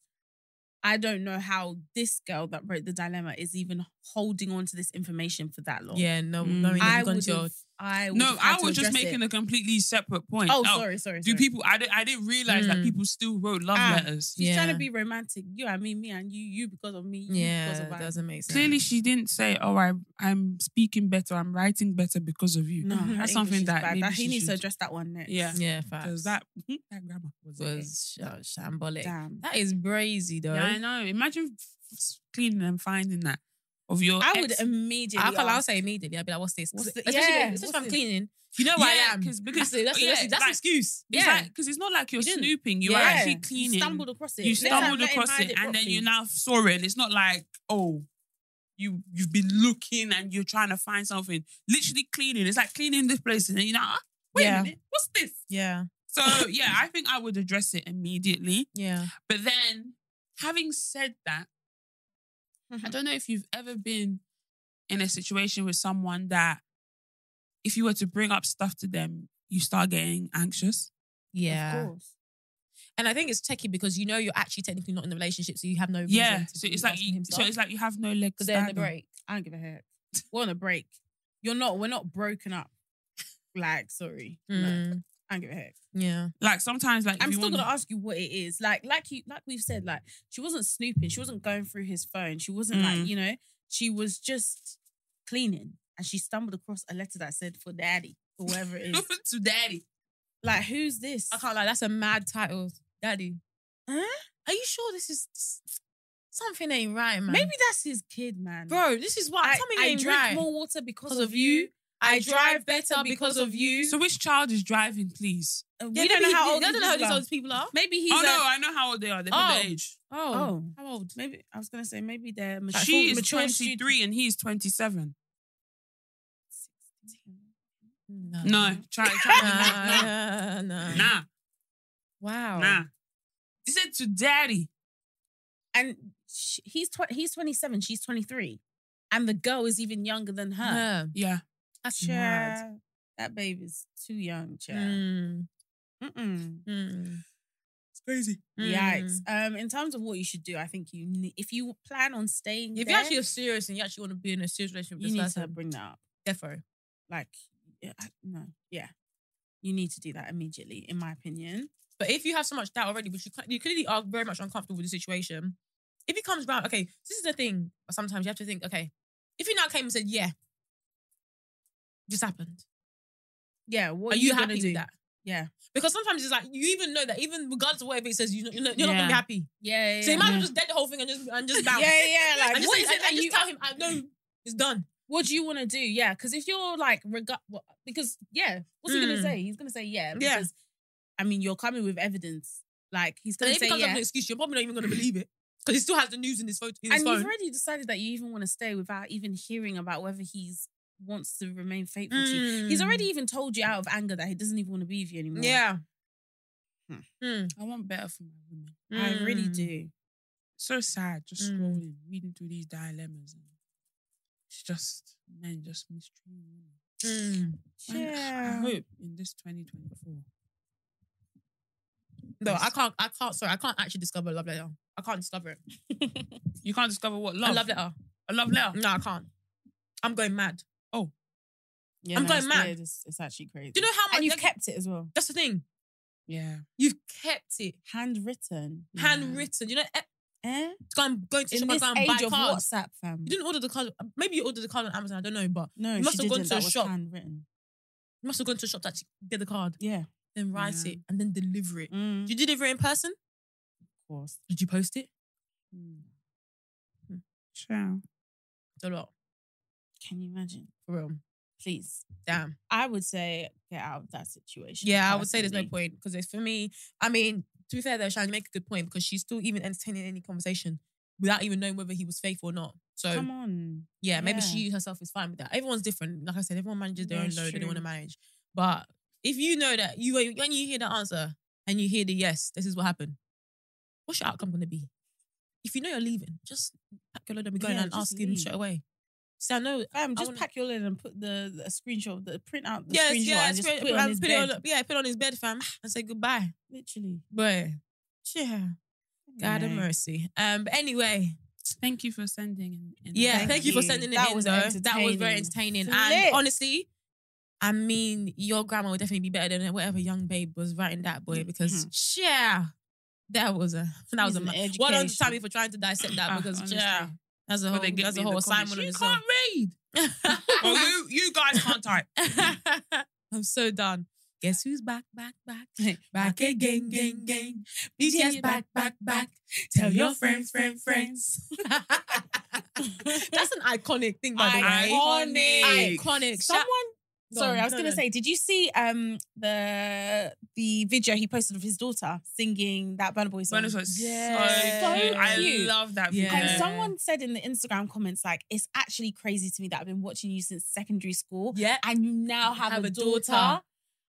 Speaker 5: I don't know how this girl that wrote the dilemma is even holding on to this information for that long.
Speaker 2: Yeah, no,
Speaker 1: Mm.
Speaker 2: knowing that
Speaker 5: I
Speaker 2: you've gone
Speaker 5: would
Speaker 2: to your
Speaker 5: have- I would
Speaker 1: no,
Speaker 5: have had
Speaker 1: I
Speaker 5: to
Speaker 1: was just
Speaker 5: address
Speaker 1: making
Speaker 5: it.
Speaker 1: a completely separate point.
Speaker 5: Oh, sorry, sorry.
Speaker 1: Do
Speaker 5: sorry.
Speaker 1: people? I didn't. I didn't realize that
Speaker 2: Mm.
Speaker 1: people still wrote love
Speaker 5: Ah.
Speaker 1: letters.
Speaker 5: She's trying
Speaker 2: Yeah.
Speaker 5: to be romantic. You and me, me and you, you because of me, you because
Speaker 2: yeah,
Speaker 5: of I.
Speaker 2: doesn't make sense.
Speaker 1: Clearly, she didn't say, "Oh, I, I'm speaking better. I'm writing better because of you."
Speaker 5: No, her
Speaker 1: (laughs) that's
Speaker 5: English
Speaker 1: something
Speaker 5: is
Speaker 1: that
Speaker 5: bad.
Speaker 1: maybe
Speaker 5: That-
Speaker 1: she
Speaker 5: he needs to
Speaker 1: should-
Speaker 5: address that one next.
Speaker 1: Yeah.
Speaker 2: yeah,
Speaker 1: because
Speaker 2: facts.
Speaker 1: that (laughs) that grammar was,
Speaker 2: was sh- shambolic.
Speaker 5: Damn.
Speaker 2: That is brazy though.
Speaker 1: Yeah, I know. Imagine f- f- cleaning and finding that of your.
Speaker 5: I would
Speaker 1: ex-
Speaker 5: immediately.
Speaker 2: I can't. I'll
Speaker 5: ask-
Speaker 2: say immediately. I'd be like, "What's this?" 'Cause
Speaker 5: What's the-
Speaker 2: especially
Speaker 5: yeah,
Speaker 2: especially if
Speaker 5: what's
Speaker 2: I'm
Speaker 5: this?
Speaker 2: cleaning. You know where
Speaker 1: Yeah,
Speaker 2: I am.
Speaker 1: 'cause- because-
Speaker 2: that's the- that's, the-
Speaker 1: yeah,
Speaker 2: that's, the- that's
Speaker 1: like-
Speaker 2: excuse.
Speaker 1: Yeah, because it's not like you're
Speaker 2: You didn't-
Speaker 1: snooping. You are
Speaker 2: Yeah.
Speaker 1: actually
Speaker 2: You
Speaker 1: cleaning.
Speaker 5: You stumbled across it.
Speaker 1: You
Speaker 5: Let's not
Speaker 1: stumbled
Speaker 5: let him
Speaker 1: across
Speaker 5: hide
Speaker 1: it, and then
Speaker 5: properly.
Speaker 1: you now saw it. It's not like oh, you you've been looking and you're trying to find something. Literally cleaning. It's like cleaning this place, and then you know, ah, wait
Speaker 2: Yeah.
Speaker 1: a minute, what's this?
Speaker 2: Yeah,
Speaker 1: So yeah, I think I would address it immediately.
Speaker 2: yeah.
Speaker 1: But then, having said that,
Speaker 2: Mm-hmm.
Speaker 1: I don't know if you've ever been in a situation with someone that, if you were to bring up stuff to them, you start getting anxious.
Speaker 2: Yeah,
Speaker 5: Of course.
Speaker 2: and I think it's techie because you know you're actually technically not in the relationship, so you have no reason
Speaker 1: Yeah,
Speaker 2: to
Speaker 1: so
Speaker 2: be
Speaker 1: it's like
Speaker 2: asking
Speaker 1: you,
Speaker 2: him
Speaker 1: so
Speaker 2: stuff.
Speaker 1: it's like you have no legs.
Speaker 2: because they're in the
Speaker 1: standing.
Speaker 2: break.
Speaker 5: I don't give a heck. We're on a break. You're not. We're not broken up. Like, sorry. No.
Speaker 2: Mm.
Speaker 5: I don't give a heck.
Speaker 2: Yeah.
Speaker 1: Like sometimes, like if
Speaker 5: I'm
Speaker 1: you
Speaker 5: still
Speaker 1: want-
Speaker 5: gonna
Speaker 1: (laughs)
Speaker 5: ask you what it is. Like, like you, like we've said, like she wasn't snooping, she wasn't going through his phone, she wasn't
Speaker 1: Mm.
Speaker 5: like, you know, she was just cleaning, and she stumbled across a letter that said for daddy or
Speaker 2: (laughs)
Speaker 5: whatever it is.
Speaker 1: to daddy.
Speaker 5: like, who's this?
Speaker 2: I can't lie. That's a mad title, Daddy.
Speaker 5: Huh?
Speaker 2: Are you sure this is this- something ain't right, man?
Speaker 5: Maybe that's his kid, man.
Speaker 2: bro. This is why
Speaker 5: I,
Speaker 2: something
Speaker 5: I
Speaker 2: ain't
Speaker 5: drink
Speaker 2: right.
Speaker 5: more water because,
Speaker 2: Because
Speaker 5: of
Speaker 2: of
Speaker 5: you.
Speaker 2: you. I drive better because of you.
Speaker 1: So which child is driving, please?
Speaker 5: Uh,
Speaker 2: Yeah,
Speaker 5: we don't
Speaker 2: maybe
Speaker 5: know how
Speaker 2: he-
Speaker 5: old.
Speaker 2: I
Speaker 5: these
Speaker 2: don't know how
Speaker 5: people
Speaker 2: these
Speaker 5: are.
Speaker 2: old people are.
Speaker 5: Maybe he's.
Speaker 1: oh no,
Speaker 5: a-
Speaker 1: I know how old they are. They put
Speaker 2: Oh.
Speaker 1: the age.
Speaker 5: Oh.
Speaker 2: how old?
Speaker 5: Maybe I was gonna say maybe they're mature.
Speaker 1: She is
Speaker 5: mature
Speaker 1: twenty three and he is twenty seven.
Speaker 2: No,
Speaker 1: No, try, (laughs)
Speaker 2: nah, (laughs)
Speaker 1: try
Speaker 2: nah,
Speaker 1: to
Speaker 2: nah.
Speaker 1: nah, nah,
Speaker 2: Wow.
Speaker 1: nah. He said to daddy.
Speaker 5: and sh he's tw- he's 27 she's 23 and the girl is even younger than her
Speaker 2: Huh.
Speaker 1: Yeah,
Speaker 2: That's mad.
Speaker 5: Child, that baby's too young child.
Speaker 2: Mm,
Speaker 5: Mm-mm.
Speaker 2: mm,
Speaker 1: it's crazy.
Speaker 2: mm.
Speaker 5: yikes um in terms of what you should do i think you ne- if you plan on staying
Speaker 2: If
Speaker 5: there,
Speaker 2: you actually are serious and you actually want to be in a serious relationship with
Speaker 5: you
Speaker 2: this
Speaker 5: need to
Speaker 2: person,
Speaker 5: bring that up
Speaker 2: defo.
Speaker 5: like yeah, I- no yeah you need to do that immediately in my opinion
Speaker 2: But if you have so much doubt already, which you can't- you clearly are very much uncomfortable with the situation, if he comes round, okay, this is the thing. Sometimes you have to think, okay, if he now came and said, yeah, this happened,
Speaker 5: yeah what
Speaker 2: are you,
Speaker 5: gonna
Speaker 2: happy with
Speaker 5: do?
Speaker 2: that?
Speaker 5: yeah
Speaker 2: Because sometimes it's like you even know that even regardless of whatever he says, you know, you're not, you're not gonna be
Speaker 5: Yeah.
Speaker 2: happy.
Speaker 5: yeah,
Speaker 2: So you might as
Speaker 5: (laughs)
Speaker 2: well just dead the whole thing and just and just bounce.
Speaker 5: yeah yeah like
Speaker 2: And just,
Speaker 5: what
Speaker 2: say-
Speaker 5: is
Speaker 2: and-
Speaker 5: it that
Speaker 2: and just
Speaker 5: you
Speaker 2: tell him, I know it's done.
Speaker 5: what do you want to do? Yeah, because if you're like regard, because yeah, what's he gonna
Speaker 2: Mm.
Speaker 5: say? He's gonna say yeah. Because,
Speaker 2: Yeah.
Speaker 5: I mean, you're coming with evidence. Like he's
Speaker 2: And
Speaker 5: gonna
Speaker 2: if
Speaker 5: say
Speaker 2: it comes up
Speaker 5: yeah,
Speaker 2: with an excuse, you're probably not even gonna believe it because he still has the news in his phone. In his
Speaker 5: and
Speaker 2: phone.
Speaker 5: you've already decided that you even want to stay without even hearing about whether he's wants to remain faithful to you. He's
Speaker 2: Mm.
Speaker 5: already even told you out of anger that he doesn't even want to be with you anymore.
Speaker 2: yeah.
Speaker 5: Hmm.
Speaker 2: Mm.
Speaker 1: I want better for my women.
Speaker 5: I really
Speaker 2: Mm.
Speaker 5: do.
Speaker 1: So sad, just
Speaker 2: Mm.
Speaker 1: scrolling, reading through these dilemmas, and it's just men just mistreating women.
Speaker 2: Mm.
Speaker 1: And
Speaker 5: Yeah.
Speaker 1: I hope in this 2024.
Speaker 2: No, I
Speaker 1: Yes.
Speaker 2: can't. I can't. Sorry, I can't actually discover a love letter. I can't discover it.
Speaker 1: You can't discover what love.
Speaker 2: A love letter.
Speaker 1: A love letter.
Speaker 2: No, I can't. I'm going mad.
Speaker 5: Yeah,
Speaker 2: I'm going
Speaker 5: it's
Speaker 2: mad.
Speaker 5: weird. It's, it's actually crazy.
Speaker 2: Do you know how much
Speaker 5: and you've
Speaker 2: that's-
Speaker 5: kept it as well,
Speaker 2: That's the thing.
Speaker 1: Yeah.
Speaker 2: You've kept it
Speaker 5: handwritten,
Speaker 2: handwritten. You know, eh,
Speaker 5: Eh?
Speaker 2: go and go to shop
Speaker 5: In
Speaker 2: and
Speaker 5: this
Speaker 2: go and buy
Speaker 5: age of
Speaker 2: cards.
Speaker 5: WhatsApp, fam.
Speaker 2: You didn't order the card. Maybe you ordered the card on Amazon. I don't know, but
Speaker 5: no,
Speaker 2: you must
Speaker 5: she
Speaker 2: have gone
Speaker 5: didn't.
Speaker 2: to a
Speaker 5: That was
Speaker 2: shop.
Speaker 5: handwritten.
Speaker 2: you must have gone to a shop to actually get the card,
Speaker 5: Yeah.
Speaker 2: then write
Speaker 1: Yeah.
Speaker 2: it, and then deliver it.
Speaker 5: Mm.
Speaker 2: Did you deliver it in person?
Speaker 5: Of course.
Speaker 2: Did you post it?
Speaker 1: Mm.
Speaker 2: Mm.
Speaker 1: Ciao.
Speaker 2: It's a lot,
Speaker 5: Can you imagine?
Speaker 2: for real.
Speaker 5: Please.
Speaker 2: Damn.
Speaker 5: I would say get out of that situation.
Speaker 2: Yeah, I would say there's no
Speaker 5: personally.
Speaker 2: point because it's for me. I mean, to be fair though, Shine, you make a good point because she's still even entertaining any conversation without even knowing whether he was faithful or not. So
Speaker 5: Come on.
Speaker 2: yeah, maybe
Speaker 5: yeah.
Speaker 2: she herself is fine with that. Everyone's different. Like I said, everyone manages their own
Speaker 1: That's
Speaker 2: load that they
Speaker 1: true.
Speaker 2: want to manage. But if you know that you when you hear the answer and you hear the yes, this is what happened. What's your outcome going to be? If you know you're leaving, just pack your load and be going
Speaker 5: Yeah,
Speaker 2: and
Speaker 5: just
Speaker 2: ask him
Speaker 5: leave.
Speaker 2: straight away. So I know.
Speaker 5: Fam, just
Speaker 2: wanna-
Speaker 5: pack your lid and put the, the screenshot, of the print out the
Speaker 2: Yes,
Speaker 5: screenshot
Speaker 2: yeah,
Speaker 5: and just
Speaker 2: spread-
Speaker 5: put it on his
Speaker 2: put
Speaker 5: bed.
Speaker 2: it on, yeah, put it on his bed, fam, and say goodbye.
Speaker 5: Literally.
Speaker 2: But yeah, God have
Speaker 5: No.
Speaker 2: mercy. Um, but anyway,
Speaker 1: Thank you for sending. in- in
Speaker 2: yeah,
Speaker 5: Thank
Speaker 2: thank, you for
Speaker 5: you.
Speaker 2: sending it
Speaker 5: That
Speaker 2: in.
Speaker 5: was
Speaker 2: though. That was very
Speaker 5: entertaining.
Speaker 2: entertaining,
Speaker 5: Flip.
Speaker 2: and honestly, I mean, your grandma would definitely be better than whatever young babe was writing that boy because yeah, that was a (laughs) that was
Speaker 5: He's
Speaker 2: a
Speaker 5: an
Speaker 2: ma- well done to
Speaker 5: education.
Speaker 2: Tommy for trying to dissect that
Speaker 1: Ah,
Speaker 2: because
Speaker 1: honestly.
Speaker 2: yeah, that's a
Speaker 1: But
Speaker 2: whole
Speaker 1: they get
Speaker 2: that's
Speaker 1: me
Speaker 2: a
Speaker 1: in
Speaker 2: whole
Speaker 1: the
Speaker 2: assignment on
Speaker 1: comments,
Speaker 2: its
Speaker 1: "You
Speaker 2: own.
Speaker 1: can't read.
Speaker 2: (laughs)
Speaker 1: Well, you you guys can't type.
Speaker 2: I'm so done. Guess who's back, back, back, back again, gang, gang. BTS back, back, back. Tell your friends, friend, friends. (laughs) That's an iconic thing, by the way.
Speaker 1: Iconic.
Speaker 2: Iconic. Shout-
Speaker 5: Someone
Speaker 2: Go
Speaker 5: sorry,
Speaker 2: on.
Speaker 5: I was
Speaker 2: No,
Speaker 5: gonna
Speaker 2: no.
Speaker 5: say, did you see um the the video he posted of his daughter singing that Burna Boy song?
Speaker 1: Bonus was
Speaker 2: Yeah.
Speaker 1: so,
Speaker 2: So
Speaker 1: cute. I
Speaker 5: cute.
Speaker 1: love that
Speaker 2: Yeah.
Speaker 1: video.
Speaker 5: And
Speaker 2: Yeah.
Speaker 5: someone said in the Instagram comments, like, it's actually crazy to me that I've been watching you since secondary school.
Speaker 2: Yeah.
Speaker 5: and you now have, a, daughter.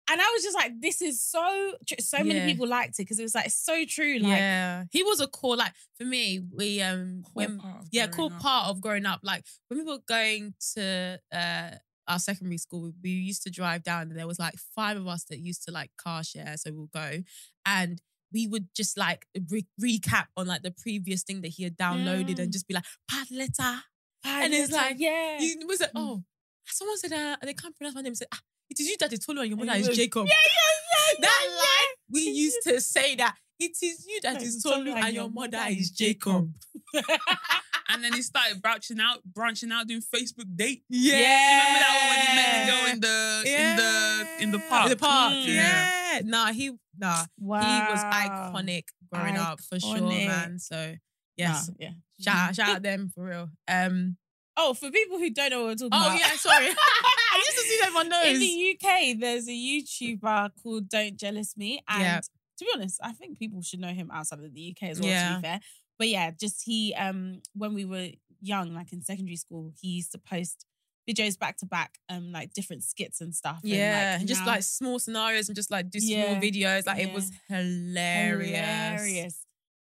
Speaker 5: And I was just like, this is so tr- so many
Speaker 2: Yeah.
Speaker 5: people liked it because it was like it's so true. Like
Speaker 2: yeah. He was a cool, like, for me, we, um,
Speaker 1: Cool
Speaker 2: when,
Speaker 1: part of
Speaker 2: yeah,
Speaker 1: growing
Speaker 2: cool
Speaker 1: up.
Speaker 2: part of growing up. Like, when we were going to, uh, our secondary school, we, we used to drive down, and there was like five of us that used to like car share. So we'll go, and we would just like re- recap on like the previous thing that he had downloaded,
Speaker 5: Mm.
Speaker 2: and just be like, "Pad letter."
Speaker 5: five
Speaker 2: and it's
Speaker 5: letter-
Speaker 2: like,
Speaker 5: yeah.
Speaker 2: You was like, "Oh, someone said uh, they can't pronounce my name." Said, ah, It is you that is taller and your
Speaker 3: And
Speaker 2: mother is
Speaker 3: you-
Speaker 2: Jacob.
Speaker 3: yeah,
Speaker 2: That line we used to say that it is you that
Speaker 3: That
Speaker 2: is
Speaker 3: is
Speaker 2: taller
Speaker 3: taller
Speaker 2: and your mother is Jacob.
Speaker 1: (laughs)
Speaker 2: (laughs)
Speaker 1: And then he started branching out, branching out, doing Facebook date.
Speaker 2: Yeah.
Speaker 1: Remember that one when he met to go in the in the in the park.
Speaker 2: In the park.
Speaker 1: Mm.
Speaker 2: Yeah. Nah, he nah.
Speaker 5: Wow.
Speaker 2: He was iconic growing up for sure,
Speaker 5: Iconic.
Speaker 2: man. So yes.
Speaker 5: yeah.
Speaker 2: Shout out, shout out them for real. Um
Speaker 5: Oh, for people who don't know what we're talking
Speaker 2: Oh
Speaker 5: about.
Speaker 2: yeah, sorry. (laughs) I used to see them on
Speaker 5: In
Speaker 2: those.
Speaker 5: the UK, there's a YouTuber called Don't Jealous Me. And
Speaker 2: Yeah.
Speaker 5: to be honest, I think people should know him outside of the UK as well, to
Speaker 2: Yeah.
Speaker 5: be fair. But yeah, just he um when we were young, like in secondary school, he used to post videos back to back, um, like different skits and stuff. and,
Speaker 2: Yeah, and just
Speaker 5: now-
Speaker 2: like small scenarios and just like do small
Speaker 5: Yeah.
Speaker 2: videos. Like it
Speaker 5: Yeah.
Speaker 2: was hilarious.
Speaker 5: Hilarious.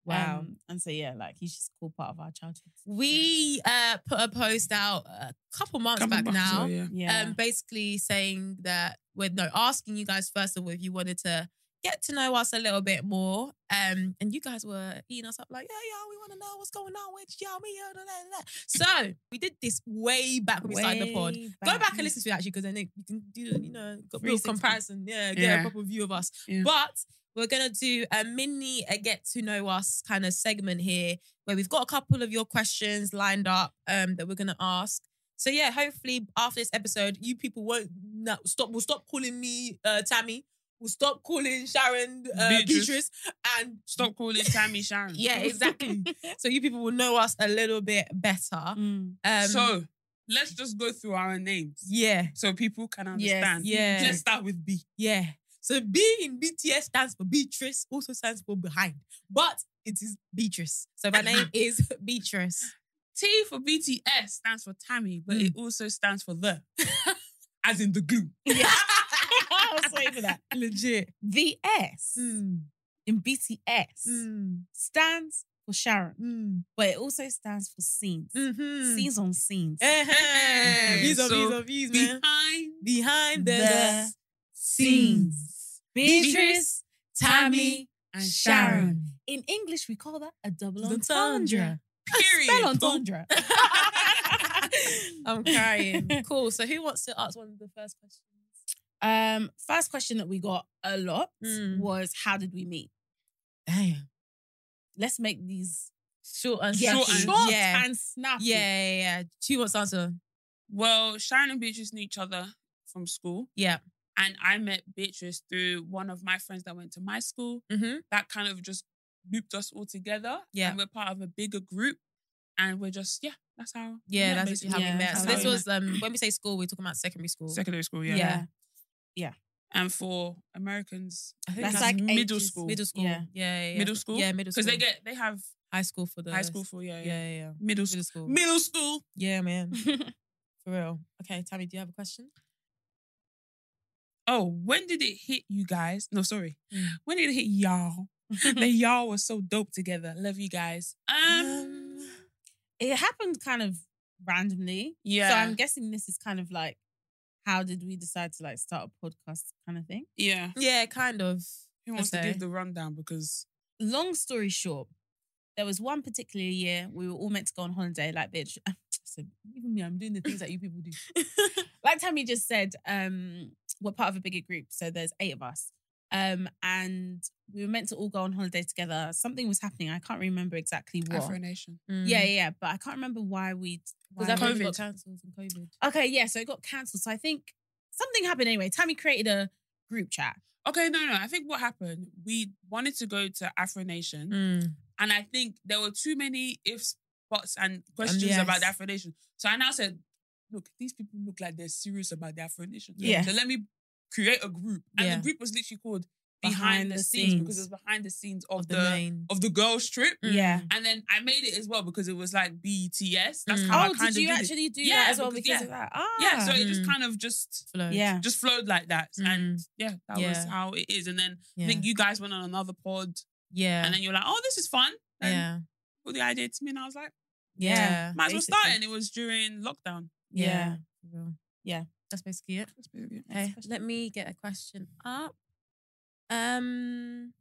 Speaker 2: Wow.
Speaker 5: Um, and so yeah, like he's just a cool part of our childhood.
Speaker 2: we uh, put a post out a couple months
Speaker 1: Come
Speaker 2: back
Speaker 1: back
Speaker 2: now.
Speaker 1: to it, yeah.
Speaker 5: yeah.
Speaker 2: um, basically saying that we're no asking you guys first of all if you wanted to get to know us a little bit more. Um, and you guys were eating us up like, yeah, yeah, we want to know what's going on with y'all, me, uh, da, da, da. So we did this way back when we started the pod.
Speaker 5: Way
Speaker 2: Go back and listen to it actually, because then you can do, you know, got real
Speaker 5: 360.
Speaker 2: comparison. Yeah, get a
Speaker 1: Yeah.
Speaker 2: proper view of us.
Speaker 1: Yeah.
Speaker 2: But we're gonna do a mini a get to know us kind of segment here, where we've got a couple of your questions lined up um, that we're gonna ask. So yeah, hopefully after this episode, you people won't no, stop. Will stop calling me uh, Tammy. Will stop calling Sharon uh, Beatrice.
Speaker 1: Beatrice. (laughs)
Speaker 2: and
Speaker 1: Stop calling Tammy Sharon.
Speaker 2: yeah, exactly. so you people will know us a little bit better.
Speaker 5: Mm. (laughs)
Speaker 2: Um,
Speaker 1: so let's just go through our names
Speaker 2: yeah,
Speaker 1: so people can
Speaker 5: Yes,
Speaker 1: understand.
Speaker 2: yeah.
Speaker 1: Let's start with B.
Speaker 2: Yeah. So B in BTS stands for Beatrice, also stands for behind, but it is Beatrice. So my
Speaker 1: (laughs)
Speaker 2: name is Beatrice.
Speaker 1: T for BTS stands for Tammy, but
Speaker 2: Mm.
Speaker 1: it also stands for the, (laughs) as in the glue.
Speaker 2: Yeah.
Speaker 5: I was waiting for that.
Speaker 2: Legit.
Speaker 5: The S in BTS Mm. stands for Sharon, but it also stands for scenes.
Speaker 2: Mm-hmm.
Speaker 5: Scenes on scenes.
Speaker 2: Uh-huh. Views
Speaker 1: (laughs)
Speaker 2: on
Speaker 1: So
Speaker 2: views on views, man.
Speaker 1: Behind
Speaker 2: Behind the,
Speaker 5: the
Speaker 2: scenes.
Speaker 5: Beatrice, Tammy,
Speaker 1: and
Speaker 5: Sharon. In English, we call that a double entendre.
Speaker 1: Period.
Speaker 5: Spell (laughs) entendre.
Speaker 2: I'm crying. cool. So uh, who wants to ask one of the first questions?
Speaker 5: Um, first question that we got a lot
Speaker 2: Mm.
Speaker 5: was how did we meet?
Speaker 2: Damn.
Speaker 5: Let's make these
Speaker 2: Short and
Speaker 5: yeah,
Speaker 1: Short
Speaker 2: snappy.
Speaker 1: and-
Speaker 5: short
Speaker 2: yeah.
Speaker 5: and snappy.
Speaker 2: yeah, yeah, yeah. She wants to answer.
Speaker 1: Well, Sharon and Beatrice knew each other from school.
Speaker 2: Yeah.
Speaker 1: And I met Beatrice through one of my friends that went to my school.
Speaker 2: Mm-hmm.
Speaker 1: That kind of just looped us all together.
Speaker 2: Yeah.
Speaker 1: And we're part of a bigger group. And we're just, yeah, that's how. we
Speaker 2: Yeah,
Speaker 1: met,
Speaker 2: that's
Speaker 1: basically.
Speaker 2: basically how
Speaker 5: Yeah,
Speaker 2: we met.
Speaker 1: that's
Speaker 2: So
Speaker 1: how
Speaker 2: this
Speaker 1: we
Speaker 2: was um when we say school, we're talking about secondary school.
Speaker 1: Secondary school,
Speaker 2: yeah.
Speaker 1: yeah. And for Americans,
Speaker 2: I think
Speaker 5: That's
Speaker 2: that's
Speaker 5: like
Speaker 1: middle
Speaker 5: ages,
Speaker 1: school.
Speaker 2: middle school. Yeah.
Speaker 5: Yeah.
Speaker 2: Yeah, yeah,
Speaker 1: Middle school?
Speaker 2: Yeah, middle school.
Speaker 1: Because they get, they have
Speaker 2: high school for the
Speaker 1: high school for, yeah,
Speaker 2: Yeah,
Speaker 1: yeah.
Speaker 2: yeah, yeah.
Speaker 1: Middle school.
Speaker 2: Middle school.
Speaker 1: Middle school.
Speaker 2: yeah, man. for real. Okay, Tammy, do you have a question?
Speaker 1: Oh, when did it hit you guys? No, sorry.
Speaker 2: Mm.
Speaker 1: When did it hit
Speaker 2: (laughs)
Speaker 1: y'all? that y'all were so dope together. Love you guys. Um,
Speaker 5: It happened kind of randomly.
Speaker 1: yeah.
Speaker 5: So I'm guessing this is kind of like how did we decide to like start a podcast kind of thing.
Speaker 1: yeah.
Speaker 2: Yeah, kind of.
Speaker 1: Who wants to
Speaker 2: Okay.
Speaker 1: give the rundown? Because
Speaker 5: Long story short, there was one particular year we were all meant to go on holiday. Like, bitch, so even me, I'm doing the things that you people do. like Tammy just said, um, we're part of a bigger group, so there's eight of us. Um, and we were meant to all go on holiday together. Something was happening. I can't remember exactly what.
Speaker 1: Afro Nation.
Speaker 2: Mm.
Speaker 5: Yeah, yeah, yeah, but I can't remember why we.
Speaker 2: Was
Speaker 5: why
Speaker 2: that
Speaker 5: we
Speaker 2: COVID
Speaker 5: got-
Speaker 2: cancelled and COVID?
Speaker 5: Okay, yeah, so it got cancelled. So I think something happened anyway. Tammy created a group chat.
Speaker 1: Okay, no, no. I think what happened, we wanted to go to Afro Nation,
Speaker 2: Hmm.
Speaker 1: and I think there were too many ifs, buts, and questions
Speaker 2: yes.
Speaker 1: about the Afro Nation. So I now said, look, these people look like they're serious about the Afro Nation.
Speaker 5: Yeah.
Speaker 1: So let me create a group, and
Speaker 2: Yeah.
Speaker 1: the group was literally called Behind,
Speaker 5: Behind
Speaker 1: the,
Speaker 5: the
Speaker 1: scenes, because it was
Speaker 5: Scenes.
Speaker 1: behind the scenes of,
Speaker 2: Of
Speaker 1: the,
Speaker 2: the main. Mm.
Speaker 1: of the girls trip.
Speaker 5: Yeah.
Speaker 1: And then I made it as well because it was like BTS. That's
Speaker 2: Mm.
Speaker 1: how I
Speaker 5: Oh,
Speaker 1: kind of
Speaker 5: did you
Speaker 1: did it.
Speaker 5: actually do
Speaker 1: Yeah,
Speaker 5: that as well
Speaker 1: because-
Speaker 5: because,
Speaker 1: yeah.
Speaker 5: of that? Ah,
Speaker 1: Yeah, so it just
Speaker 2: Mm.
Speaker 1: kind of just
Speaker 2: Flow.
Speaker 5: yeah,
Speaker 1: just flowed like that. And yeah, that was
Speaker 2: Yeah.
Speaker 1: how it is. And then
Speaker 2: Yeah.
Speaker 1: I think you guys went on another pod
Speaker 2: yeah.
Speaker 1: and then you're like, oh, this is fun. And
Speaker 2: yeah.
Speaker 1: put the idea to me. And I was like,
Speaker 2: Yeah.
Speaker 5: Yeah.
Speaker 1: might as well start.
Speaker 2: basically.
Speaker 1: And it was during lockdown.
Speaker 2: Yeah.
Speaker 5: Yeah.
Speaker 2: For real.
Speaker 5: Yeah.
Speaker 2: That's basically it. Okay, let me get a question up. Um.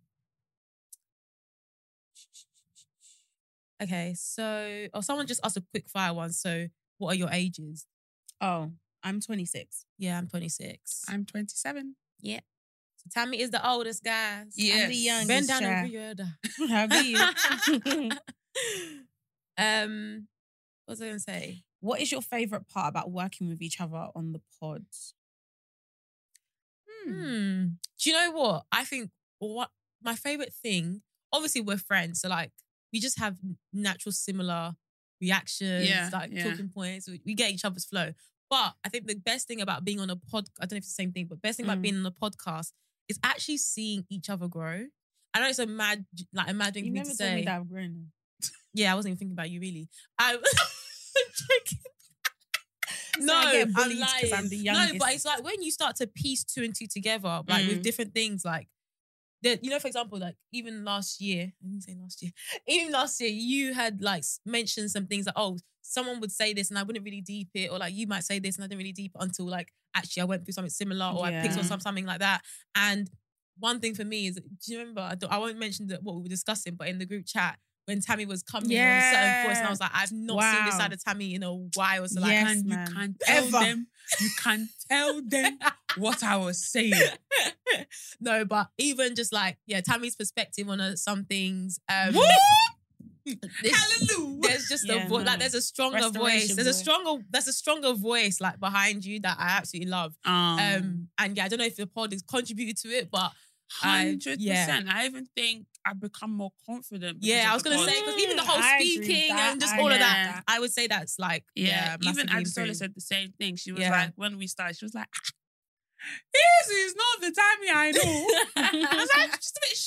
Speaker 2: oh, Okay, so or someone just asked a quick fire one. So, what are your ages?
Speaker 5: Oh, I'm 26.
Speaker 2: Yeah, I'm 26.
Speaker 1: I'm 27.
Speaker 2: so Tammy is the oldest, guys.
Speaker 5: Yes.
Speaker 2: I'm the youngest.
Speaker 5: Bend down
Speaker 2: child.
Speaker 5: over (laughs) How
Speaker 2: (laughs)
Speaker 5: are you?
Speaker 2: um, what was I gonna say?
Speaker 5: what is your favorite part about working with each other on the pod?
Speaker 2: Hmm. Do you know what? I think what my favorite thing, obviously we're friends, so like we just have natural similar reactions,
Speaker 1: Yeah,
Speaker 2: like
Speaker 1: yeah.
Speaker 2: talking points. We, we get each other's flow. But I think the best thing about being on a pod, I don't know if it's the same thing, but best thing about
Speaker 5: Mm.
Speaker 2: being on a podcast is actually seeing each other grow. I know it's a mad, like a mad thing
Speaker 5: you
Speaker 2: for me
Speaker 5: never
Speaker 2: to
Speaker 5: told
Speaker 2: say.
Speaker 5: me that I've grown.
Speaker 2: Yeah, I wasn't even thinking about you really. I, (laughs) I'm joking. No,
Speaker 5: I get
Speaker 2: I'm
Speaker 5: bullied 'cause
Speaker 2: lying.
Speaker 5: I'm the
Speaker 2: No,
Speaker 5: youngest.
Speaker 2: but it's like when you start to piece two and two together, like with
Speaker 5: Mm.
Speaker 2: different things, like the, you know, for example, like even last year, I didn't say last year, (laughs) even last year, you had like s- mentioned some things like, oh, someone would say this and I wouldn't really deep it, or like you might say this and I didn't really deep it until like actually I went through something similar or I picked on
Speaker 5: Yeah.
Speaker 2: some, something like that. And one thing for me is, do you remember? I, don't, I won't mention that what we were discussing, but in the group chat when Tammy was coming on a certain voice, and I
Speaker 5: Yeah.
Speaker 2: was like, I've not seen this
Speaker 5: Wow.
Speaker 2: side of Tammy in a while. So like,
Speaker 5: Yes,
Speaker 1: and
Speaker 5: man.
Speaker 1: you can tell
Speaker 5: Ever.
Speaker 1: them, you can tell them what I was saying.
Speaker 2: (laughs) no, but even just like, yeah, Tammy's perspective on uh, some things. Um, (laughs) this- There's just a
Speaker 5: Yeah,
Speaker 2: vo-
Speaker 5: no.
Speaker 2: like there's a stronger voice.
Speaker 5: Restoration
Speaker 2: There's a
Speaker 5: voice.
Speaker 2: stronger there's a stronger voice like behind you that I absolutely love.
Speaker 1: Um,
Speaker 2: Um, and yeah, I don't know if the pod has contributed to it, but I-
Speaker 1: hundred percent. I even think I've become more confident. because
Speaker 2: yeah,
Speaker 1: of
Speaker 2: I was
Speaker 1: the
Speaker 2: gonna
Speaker 1: pod.
Speaker 2: say because even the
Speaker 5: Mm,
Speaker 2: whole
Speaker 5: I agree with
Speaker 2: speaking
Speaker 5: that.
Speaker 2: and just
Speaker 5: I
Speaker 2: all of
Speaker 5: agree with
Speaker 2: that,
Speaker 5: that.
Speaker 2: I would say that's like yeah,
Speaker 1: Yeah, even
Speaker 2: massively
Speaker 1: Adesola
Speaker 2: improved. (laughs)
Speaker 1: said the same thing. She was
Speaker 2: Yeah.
Speaker 1: like, when we started, she was like, "Ah, "This is not the Tammy I know."
Speaker 2: (laughs)
Speaker 1: I was like, just a bit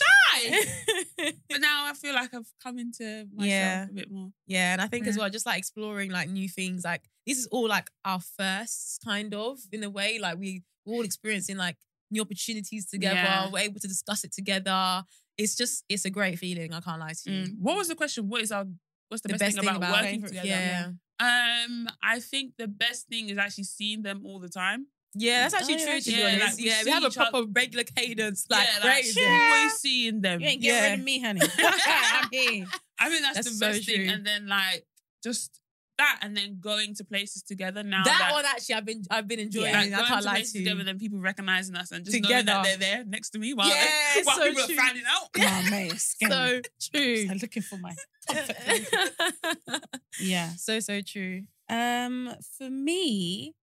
Speaker 1: shy. (laughs) But now I feel like I've come into myself
Speaker 2: Yeah.
Speaker 1: a bit more.
Speaker 2: Yeah, and I think as
Speaker 1: Yeah.
Speaker 2: well, just like exploring like new things. Like this is all like our first kind of in a way. Like we we're all experiencing like new opportunities together.
Speaker 1: Yeah.
Speaker 2: We're able to discuss it together. It's just it's a great feeling. I can't lie to you.
Speaker 1: Mm. What was the question? What is our what's the, best, thing, about, working together?
Speaker 2: Yeah.
Speaker 1: Um, I think the best thing is actually seeing them all the time.
Speaker 2: Yeah, that's
Speaker 5: Oh,
Speaker 2: actually
Speaker 5: yeah,
Speaker 2: true to
Speaker 1: actually.
Speaker 2: be
Speaker 1: Yeah,
Speaker 2: honest.
Speaker 1: like, we
Speaker 2: yeah, we
Speaker 1: see
Speaker 2: have
Speaker 1: each
Speaker 2: a
Speaker 1: oth-
Speaker 2: proper regular cadence, like
Speaker 1: yeah, like,
Speaker 2: crazy.
Speaker 1: always seeing them.
Speaker 5: You ain't getting
Speaker 2: Um, Yeah.
Speaker 5: rid of me,
Speaker 2: (laughs)
Speaker 5: honey. (laughs) I'm here.
Speaker 1: I think that's,
Speaker 2: That's
Speaker 1: the
Speaker 2: so
Speaker 1: best thing.
Speaker 2: true.
Speaker 1: And then like just that, and then going to places together. Now
Speaker 2: That,
Speaker 1: that
Speaker 2: one actually I've
Speaker 5: (laughs)
Speaker 2: oh, been (laughs) I've been enjoying.
Speaker 1: Like
Speaker 2: I
Speaker 1: going
Speaker 2: can't
Speaker 1: to
Speaker 2: lie
Speaker 1: places
Speaker 2: to
Speaker 1: together,
Speaker 2: you.
Speaker 1: then people recognizing us and just knowing that
Speaker 2: Together.
Speaker 1: they're there next to me while,
Speaker 2: Yeah,
Speaker 1: (laughs)
Speaker 2: it's
Speaker 1: while
Speaker 2: so
Speaker 1: people
Speaker 2: true.
Speaker 1: are finding out.
Speaker 5: Oh, mate, it's scary.
Speaker 2: So true.
Speaker 5: I'm looking for my comfort. food. yeah.
Speaker 2: so so true.
Speaker 5: Um, for me,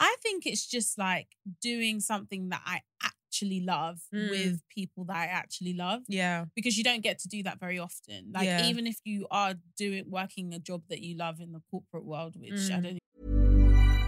Speaker 5: I think it's just like doing something that I actually love
Speaker 2: Mm.
Speaker 5: with people that I actually love
Speaker 2: Yeah.
Speaker 5: because you don't get to do that very often. Like
Speaker 2: Yeah.
Speaker 5: even if you are doing working a job that you love in the corporate world, which I
Speaker 2: Mm.
Speaker 5: don't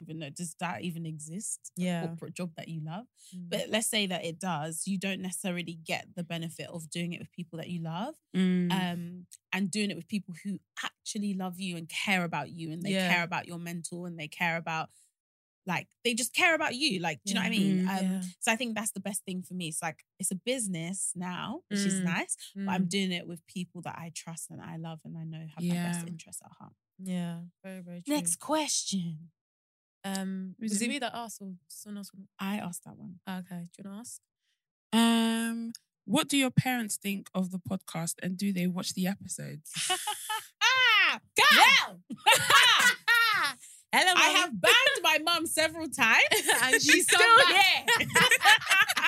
Speaker 5: even know does that even exist?
Speaker 2: Yeah. Mm.
Speaker 5: Corporate job that you love. But let's say that it does, you don't necessarily get the benefit of doing it with people that you love.
Speaker 2: Mm.
Speaker 5: um, and doing it with people who actually love you and care about you and they
Speaker 2: Yeah.
Speaker 5: care about your mental and they care about like they just care about you like do you know what i mean
Speaker 1: Mm,
Speaker 5: um,
Speaker 2: yeah.
Speaker 5: so i think that's the best thing for me it's like it's a business now which is
Speaker 2: Mm,
Speaker 5: nice but i'm
Speaker 2: Mm.
Speaker 5: doing it with people that i trust and i love and i know have my
Speaker 1: Yeah.
Speaker 5: best interests at heart
Speaker 2: Yeah. Very, very true.
Speaker 5: next question
Speaker 2: Um,
Speaker 1: Was
Speaker 2: was,
Speaker 1: it
Speaker 2: it
Speaker 1: me?
Speaker 2: me that asked or someone else?
Speaker 5: i asked that one
Speaker 2: Ah, okay, do you want to ask?
Speaker 1: Um, what do your parents think of the podcast, and do they watch the episodes?
Speaker 2: (laughs)
Speaker 5: ah
Speaker 2: Girl! (laughs) Hello,
Speaker 5: i have banned my mum several times
Speaker 2: (laughs) And she's
Speaker 5: still
Speaker 2: come
Speaker 5: here
Speaker 2: back. (laughs)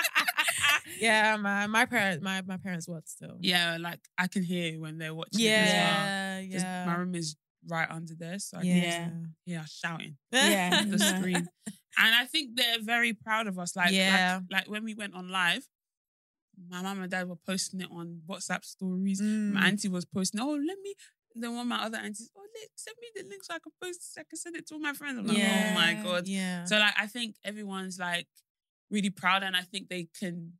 Speaker 2: yeah, my my parents, my my parents work still.
Speaker 1: yeah, like I can hear when they're watching. it as well.
Speaker 2: yeah,
Speaker 1: 'Cause
Speaker 2: yeah.
Speaker 1: My room is right under there, so I can
Speaker 2: yeah.
Speaker 1: just hear us shouting (laughs)
Speaker 5: Yeah.
Speaker 1: at
Speaker 2: (laughs)
Speaker 1: the screen. And I think they're very proud of us. Like, like-
Speaker 2: Yeah.
Speaker 1: like, when we went on live, my mum and dad were posting it on WhatsApp stories.
Speaker 2: Mm.
Speaker 1: My auntie was posting, oh, let me. Then one of my other aunties, oh, let, send me the link so I can post this, I can send it to all my friends. I'm like, oh my
Speaker 2: Yeah,
Speaker 1: God.
Speaker 2: Yeah.
Speaker 1: So, like, I think everyone's like really proud, and I think they can.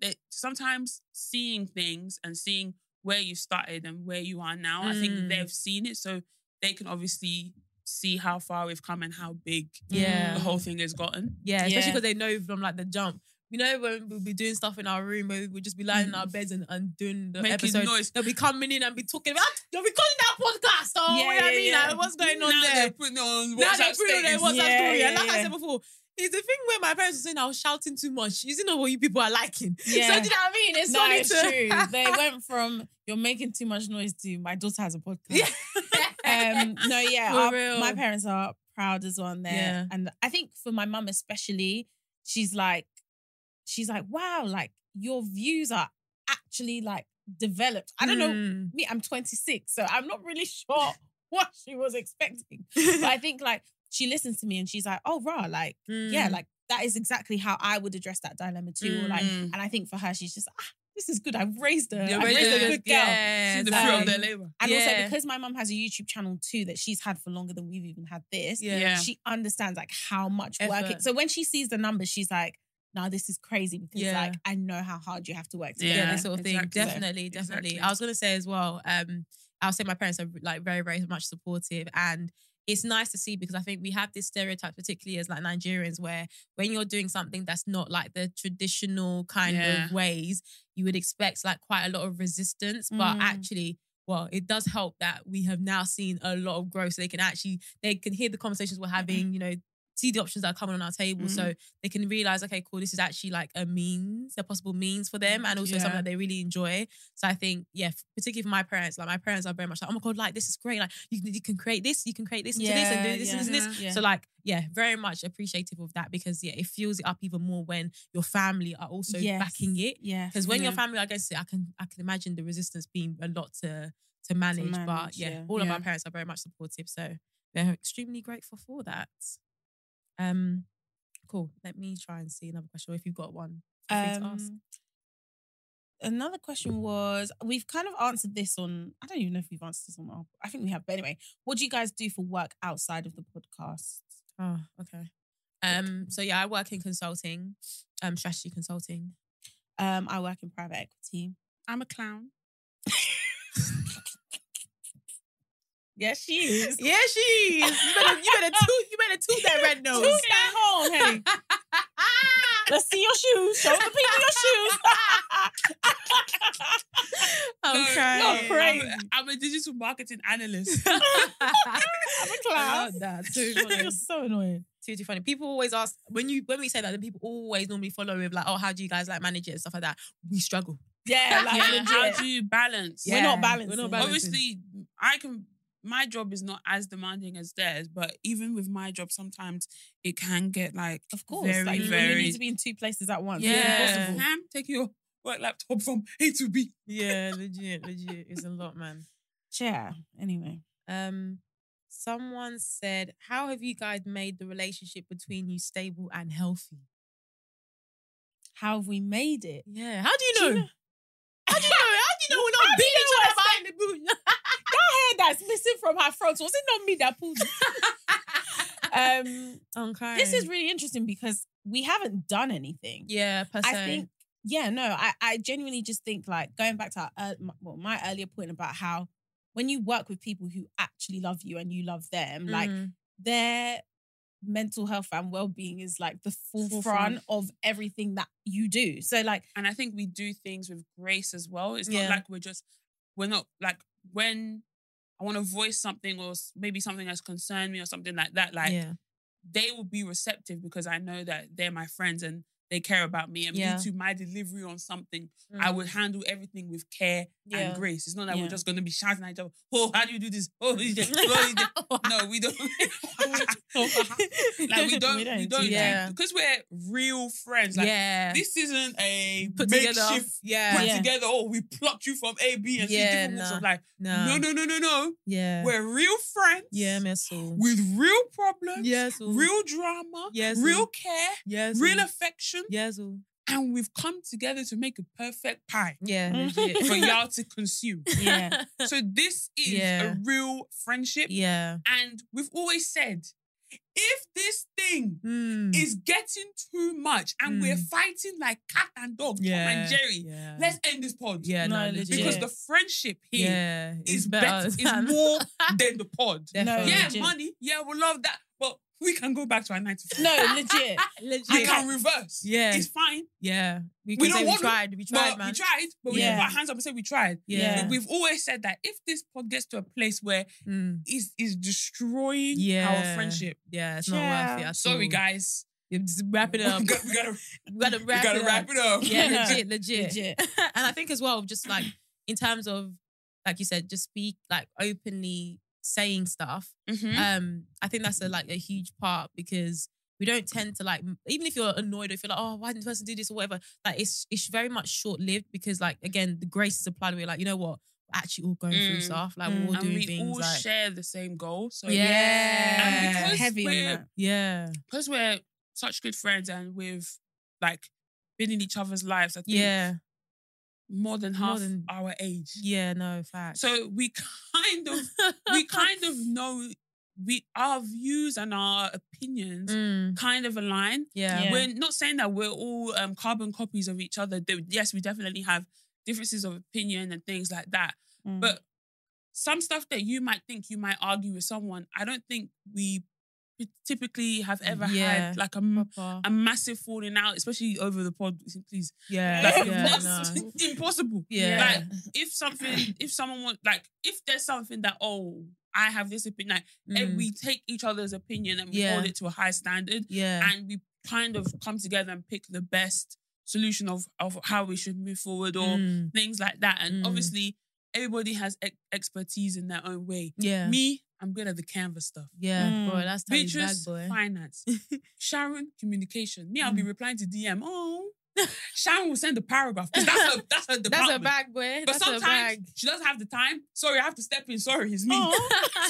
Speaker 1: They, sometimes seeing things and seeing where you started and where you are now, I think
Speaker 2: Mm.
Speaker 1: they've seen it. So they can obviously see how far we've come and how big
Speaker 2: Yeah.
Speaker 1: the whole thing has gotten.
Speaker 2: Yeah, especially
Speaker 5: Yeah.
Speaker 2: because they know from like the jump. You know when we'll be doing stuff in our room where we'll just be lying in
Speaker 5: Mm.
Speaker 2: our beds and, and doing the
Speaker 1: Making
Speaker 2: episode.
Speaker 1: noise.
Speaker 2: They'll be coming in and be talking about "Ah, you're recording that podcast. Oh,
Speaker 5: Yeah,
Speaker 2: you know what I
Speaker 5: yeah,
Speaker 2: mean?
Speaker 5: yeah.
Speaker 2: Like, what's going on
Speaker 1: now
Speaker 2: there?
Speaker 1: They're putting it on
Speaker 2: Now
Speaker 1: WhatsApp
Speaker 2: they're putting on their
Speaker 1: status.
Speaker 2: WhatsApp
Speaker 5: Yeah,
Speaker 2: story. and
Speaker 5: yeah,
Speaker 2: like I
Speaker 5: yeah.
Speaker 2: said before, it's the thing where my parents were saying I was shouting too much. You not know what you people are liking. (laughs)
Speaker 5: Yeah.
Speaker 2: So do you know what I mean? It's
Speaker 5: no,
Speaker 2: funny
Speaker 5: it's
Speaker 2: to- (laughs)
Speaker 5: true. They went from you're making too much noise to my daughter has a podcast.
Speaker 2: Yeah.
Speaker 5: Um,
Speaker 2: (laughs)
Speaker 5: no, yeah,
Speaker 2: For
Speaker 5: our-
Speaker 2: real.
Speaker 5: my parents are proud as well on there,
Speaker 2: Yeah.
Speaker 5: and I think for my mum especially, she's like, she's like, wow, like your views are actually like developed. I don't know,
Speaker 2: Mm.
Speaker 5: me, I'm 26, so I'm not really (laughs) sure what she
Speaker 2: (laughs)
Speaker 5: was expecting, but I think like she listens to me and she's like, oh rah, like yeah,
Speaker 2: Mm.
Speaker 5: like that is exactly how I would address that dilemma too. Or like,
Speaker 2: Mm.
Speaker 5: and I think for her, she's just ah, this is good. I've raised her.
Speaker 1: You're
Speaker 5: I've raised
Speaker 1: raising
Speaker 5: a
Speaker 1: her,
Speaker 5: good girl.
Speaker 2: yeah,
Speaker 1: See the
Speaker 2: like-
Speaker 1: fruit
Speaker 5: um,
Speaker 1: of their labor.
Speaker 5: And also
Speaker 2: Yeah.
Speaker 5: because my mum has a YouTube channel too that she's had for longer than we've even had this.
Speaker 2: Yeah.
Speaker 1: Yeah.
Speaker 5: She understands like how much work.
Speaker 2: Effort.
Speaker 5: It, so when she sees the numbers, she's like, "No, this is crazy because
Speaker 2: Yeah.
Speaker 5: like I know how hard you have to work to
Speaker 1: Yeah,
Speaker 5: get
Speaker 2: yeah,
Speaker 5: there."
Speaker 2: that sort of
Speaker 1: exactly.
Speaker 2: thing. Definitely, definitely.
Speaker 1: Exactly.
Speaker 2: I was gonna say as well. Um, I'll say my parents are like very, very much supportive, and it's nice to see because I think we have this stereotype, particularly as like Nigerians, where when you're doing something that's not like the traditional kind
Speaker 1: Yeah.
Speaker 2: of ways, you would expect like quite a lot of resistance. But
Speaker 5: Mm.
Speaker 2: actually. Well, it does help that we have now seen a lot of growth. So they can actually they can hear the conversations
Speaker 5: Mm-hmm.
Speaker 2: we're having, you know, see the options that are coming on our table. So they can realize, okay, cool, this is actually like a means, a possible means for them, and also
Speaker 1: Yeah.
Speaker 2: something that they really enjoy. So I think, yeah, f- particularly for my parents, like my parents are very much like, oh my god, like this is great, like you can, you can create this, you can create this into this, and do
Speaker 5: Yeah,
Speaker 2: this
Speaker 5: yeah.
Speaker 2: and this and this.
Speaker 5: Yeah.
Speaker 2: So like, yeah, very much appreciative of that because yeah, it fuels it up even more when your family are also
Speaker 5: Yes.
Speaker 2: backing it.
Speaker 5: Yeah,
Speaker 2: Because when your
Speaker 1: Yeah.
Speaker 2: family are against it, I can I can imagine the resistance being a lot to to manage. but
Speaker 5: manage,
Speaker 2: yeah,
Speaker 5: yeah.
Speaker 2: all of my
Speaker 1: Yeah.
Speaker 2: parents are very much supportive, so they're extremely grateful for that. Um, cool. Let me try and see another question. Or if you've got one, feel free to ask.
Speaker 5: Um, Another question was we've kind of answered this on I don't even know if we've answered this on our I think we have but anyway what do you guys do for work outside of the podcast
Speaker 2: Oh, okay. Um, so yeah, I work in consulting, um, strategy consulting.
Speaker 5: um I work in private equity
Speaker 1: I'm a clown.
Speaker 5: yes she is
Speaker 2: (laughs) Yeah, she is. You better, you better toot, you better toot that red nose.
Speaker 5: (laughs) Toot that horn, Henny. (laughs)
Speaker 2: (laughs)
Speaker 5: let's see your shoes show the people your shoes
Speaker 2: (laughs) okay.
Speaker 5: no,
Speaker 1: I'm-
Speaker 5: crazy.
Speaker 1: I'm a digital marketing
Speaker 2: (laughs)
Speaker 1: analyst.
Speaker 5: I'm a
Speaker 2: I
Speaker 5: clown
Speaker 2: love that. Too funny.
Speaker 5: you're so annoying
Speaker 2: Too, too funny. People always ask when you when we say that, then people always normally follow with like, oh, how do you guys like manage it and stuff like that? We struggle. (laughs)
Speaker 5: yeah like
Speaker 1: yeah, how
Speaker 5: legit.
Speaker 1: do you balance?
Speaker 5: we're
Speaker 2: Yeah,
Speaker 5: not balancing
Speaker 2: we're not balancing.
Speaker 1: Obviously, I can. My job is not as demanding as theirs, but even with my job, sometimes it can get like,
Speaker 5: of course
Speaker 1: very,
Speaker 5: like you-
Speaker 1: very,
Speaker 5: you need to be in two places
Speaker 1: (laughs)
Speaker 5: at once it's
Speaker 1: yeah.
Speaker 5: impossible
Speaker 1: Ham, take your work laptop from A to B.
Speaker 2: Yeah, legit, legit. It's a lot, man. (laughs)
Speaker 5: yeah anyway
Speaker 2: Um, someone said, "How have you guys made the relationship between you stable and healthy?"
Speaker 5: How have we made it?
Speaker 2: Yeah. How do you
Speaker 5: Do
Speaker 2: know?
Speaker 5: you know-
Speaker 2: How do you know? How do you know we're not beating each other behind the boot?
Speaker 5: That hair that's missing from her front was it not me that pulled it? um,
Speaker 2: okay.
Speaker 5: this is really interesting because we haven't done anything.
Speaker 2: yeah. Per se.
Speaker 5: I think, yeah, no, I, I genuinely just think like going back to our, ear- my, well, my earlier point about how when you work with people who actually love you and you love them, like
Speaker 2: Mhm.
Speaker 5: their mental health and well-being is like the forefront,
Speaker 1: Forefront.
Speaker 5: of everything that you do. So like,
Speaker 1: And I think we do things with grace as well. It's
Speaker 2: Yeah.
Speaker 1: not like we're just, we're not like when I want to voice something or s- maybe something that's concerned me or something like that. Like
Speaker 2: yeah.
Speaker 1: they will be receptive because I know that they're my friends and they care about me. And
Speaker 2: Yeah.
Speaker 1: me too, my delivery on something,
Speaker 2: Mm.
Speaker 1: I would handle everything with care
Speaker 2: Yeah.
Speaker 1: and grace. It's not that
Speaker 5: Yeah.
Speaker 1: we're just going to be shouting at each other, oh, how do you do this? Oh, (laughs) you just, oh, you just. (laughs) no, we don't. (laughs) Oh,
Speaker 5: (laughs)
Speaker 2: (laughs)
Speaker 1: like we don't, we don't, do-
Speaker 2: that.
Speaker 1: because we're real friends. Like
Speaker 2: yeah.
Speaker 1: this isn't a
Speaker 2: Put
Speaker 1: makeshift
Speaker 2: together. Yeah.
Speaker 1: put
Speaker 5: Yeah.
Speaker 1: together. Oh, we plucked you from A, B, and C
Speaker 2: Yeah,
Speaker 1: different walks
Speaker 2: nah.
Speaker 1: of life. No, no, no, no, no.
Speaker 2: Yeah.
Speaker 1: We're real friends.
Speaker 2: yeah, messel.
Speaker 1: with real problems.
Speaker 2: Yes.
Speaker 1: Real drama,
Speaker 2: Yes.
Speaker 1: real care,
Speaker 2: Yes.
Speaker 1: real affection,
Speaker 2: Yes.
Speaker 1: and we've come together to make a perfect pie
Speaker 2: Yeah. legit.
Speaker 1: (laughs)
Speaker 2: (laughs)
Speaker 1: for y'all to consume.
Speaker 5: yeah,
Speaker 1: So this is
Speaker 2: Yeah.
Speaker 1: a real friendship,
Speaker 2: Yeah.
Speaker 1: and we've always said If this thing
Speaker 2: Mm.
Speaker 1: is getting too much and
Speaker 2: Mm.
Speaker 1: we're fighting like cat and dog,
Speaker 2: Yeah,
Speaker 1: Tom and Jerry,
Speaker 2: yeah.
Speaker 1: let's end this pod.
Speaker 2: Yeah, no,
Speaker 5: No, legit.
Speaker 1: Because
Speaker 2: legit.
Speaker 1: the friendship here is
Speaker 2: yeah,
Speaker 1: better, is
Speaker 2: (laughs)
Speaker 1: more than the pod.
Speaker 2: Definitely.
Speaker 1: Yeah,
Speaker 5: Legit.
Speaker 1: money. Yeah, we love that. But we can go back to our 95.
Speaker 5: No, legit.
Speaker 2: legit.
Speaker 1: I can reverse.
Speaker 2: Yeah.
Speaker 1: It's fine.
Speaker 2: Yeah, we,
Speaker 1: We
Speaker 2: can
Speaker 1: don't
Speaker 2: say
Speaker 1: want
Speaker 2: we tried. We tried,
Speaker 1: Well,
Speaker 2: man.
Speaker 1: we tried, but we
Speaker 5: Yeah.
Speaker 1: put our hands up and said we tried.
Speaker 2: Yeah.
Speaker 1: We- We've always said that if this pod gets to a place where
Speaker 2: Mm.
Speaker 1: it's, it's destroying
Speaker 2: Yeah.
Speaker 1: our friendship,
Speaker 2: Yeah, it's not worth it. At
Speaker 1: sorry
Speaker 2: all.
Speaker 1: guys,
Speaker 2: You're just wrapping it up.
Speaker 1: we got we gotta,
Speaker 2: (laughs) we gotta
Speaker 1: we
Speaker 2: wrap
Speaker 1: gotta
Speaker 2: it
Speaker 1: wrap
Speaker 2: up.
Speaker 1: it up. (laughs)
Speaker 2: Yeah, (laughs) legit, legit,
Speaker 5: Legit.
Speaker 2: and I think as well, just like in terms of, like you said, just speak like openly saying stuff.
Speaker 1: Mhm.
Speaker 2: Um, I think that's a like a huge part because we don't tend to like m- even if you're annoyed or if you're like, oh, why didn't the person do this or whatever, like it's it's very much short lived because like again, the grace is applied. We're like, you know what, we're actually all going through
Speaker 1: Mm.
Speaker 2: stuff. Like we're
Speaker 5: Mm.
Speaker 2: all
Speaker 1: And
Speaker 2: doing
Speaker 1: we
Speaker 2: things
Speaker 1: all
Speaker 2: like
Speaker 1: share the same goal. So
Speaker 2: Yeah.
Speaker 1: And
Speaker 5: Yeah.
Speaker 1: because
Speaker 5: Heavy on
Speaker 1: we're-
Speaker 2: (laughs)
Speaker 5: that.
Speaker 2: yeah,
Speaker 1: because we're such good friends and we've like been in each other's lives, I think
Speaker 2: yeah,
Speaker 1: more than
Speaker 2: More
Speaker 1: half
Speaker 2: than-
Speaker 1: our age.
Speaker 2: yeah. No fact. (laughs)
Speaker 1: So we kind of we kind of know we our views and our opinions
Speaker 2: Mm,
Speaker 1: kind of align.
Speaker 2: yeah.
Speaker 5: Yeah.
Speaker 1: We're not saying that we're all um, carbon copies of each other. Though, yes, we definitely have differences of opinion and things like that.
Speaker 2: mm,
Speaker 1: But some stuff that you might think you might argue with someone, I don't think we typically have ever
Speaker 2: Yeah.
Speaker 1: had like a, m-
Speaker 2: Proper.
Speaker 1: a massive falling out, especially over the pod. Please,
Speaker 2: yeah,
Speaker 1: like,
Speaker 2: yeah,
Speaker 1: (laughs) that's
Speaker 2: no.
Speaker 1: (laughs) impossible.
Speaker 2: Yeah.
Speaker 1: Like if something, if someone wants, like if there's something that oh, I have this opinion, like, and
Speaker 2: Mm.
Speaker 1: we take each other's opinion and we
Speaker 2: Yeah.
Speaker 1: hold it to a high standard
Speaker 2: yeah,
Speaker 1: and we kind of come together and pick the best solution of, of how we should move forward or
Speaker 2: Mm,
Speaker 1: things like that. And
Speaker 2: Mm.
Speaker 1: obviously, everybody has ex- expertise in their own way.
Speaker 2: yeah,
Speaker 1: Me, I'm good at the canvas stuff.
Speaker 2: yeah,
Speaker 5: Mm.
Speaker 2: boy, that's Teddy's
Speaker 1: Beatrice,
Speaker 2: bag, boy. (laughs) Mm.
Speaker 1: finance. Sharon, communication. Me, I'll be replying to DM.
Speaker 2: (laughs)
Speaker 1: Oh, Sharon will send a paragraph because that's her, that's her
Speaker 2: That's a
Speaker 1: department.
Speaker 2: bag, boy.
Speaker 1: But (laughs)
Speaker 2: that's a
Speaker 1: sometimes
Speaker 2: bag.
Speaker 1: she doesn't have the time. Sorry, I have to step in. Sorry, it's me.
Speaker 2: (laughs) Oh.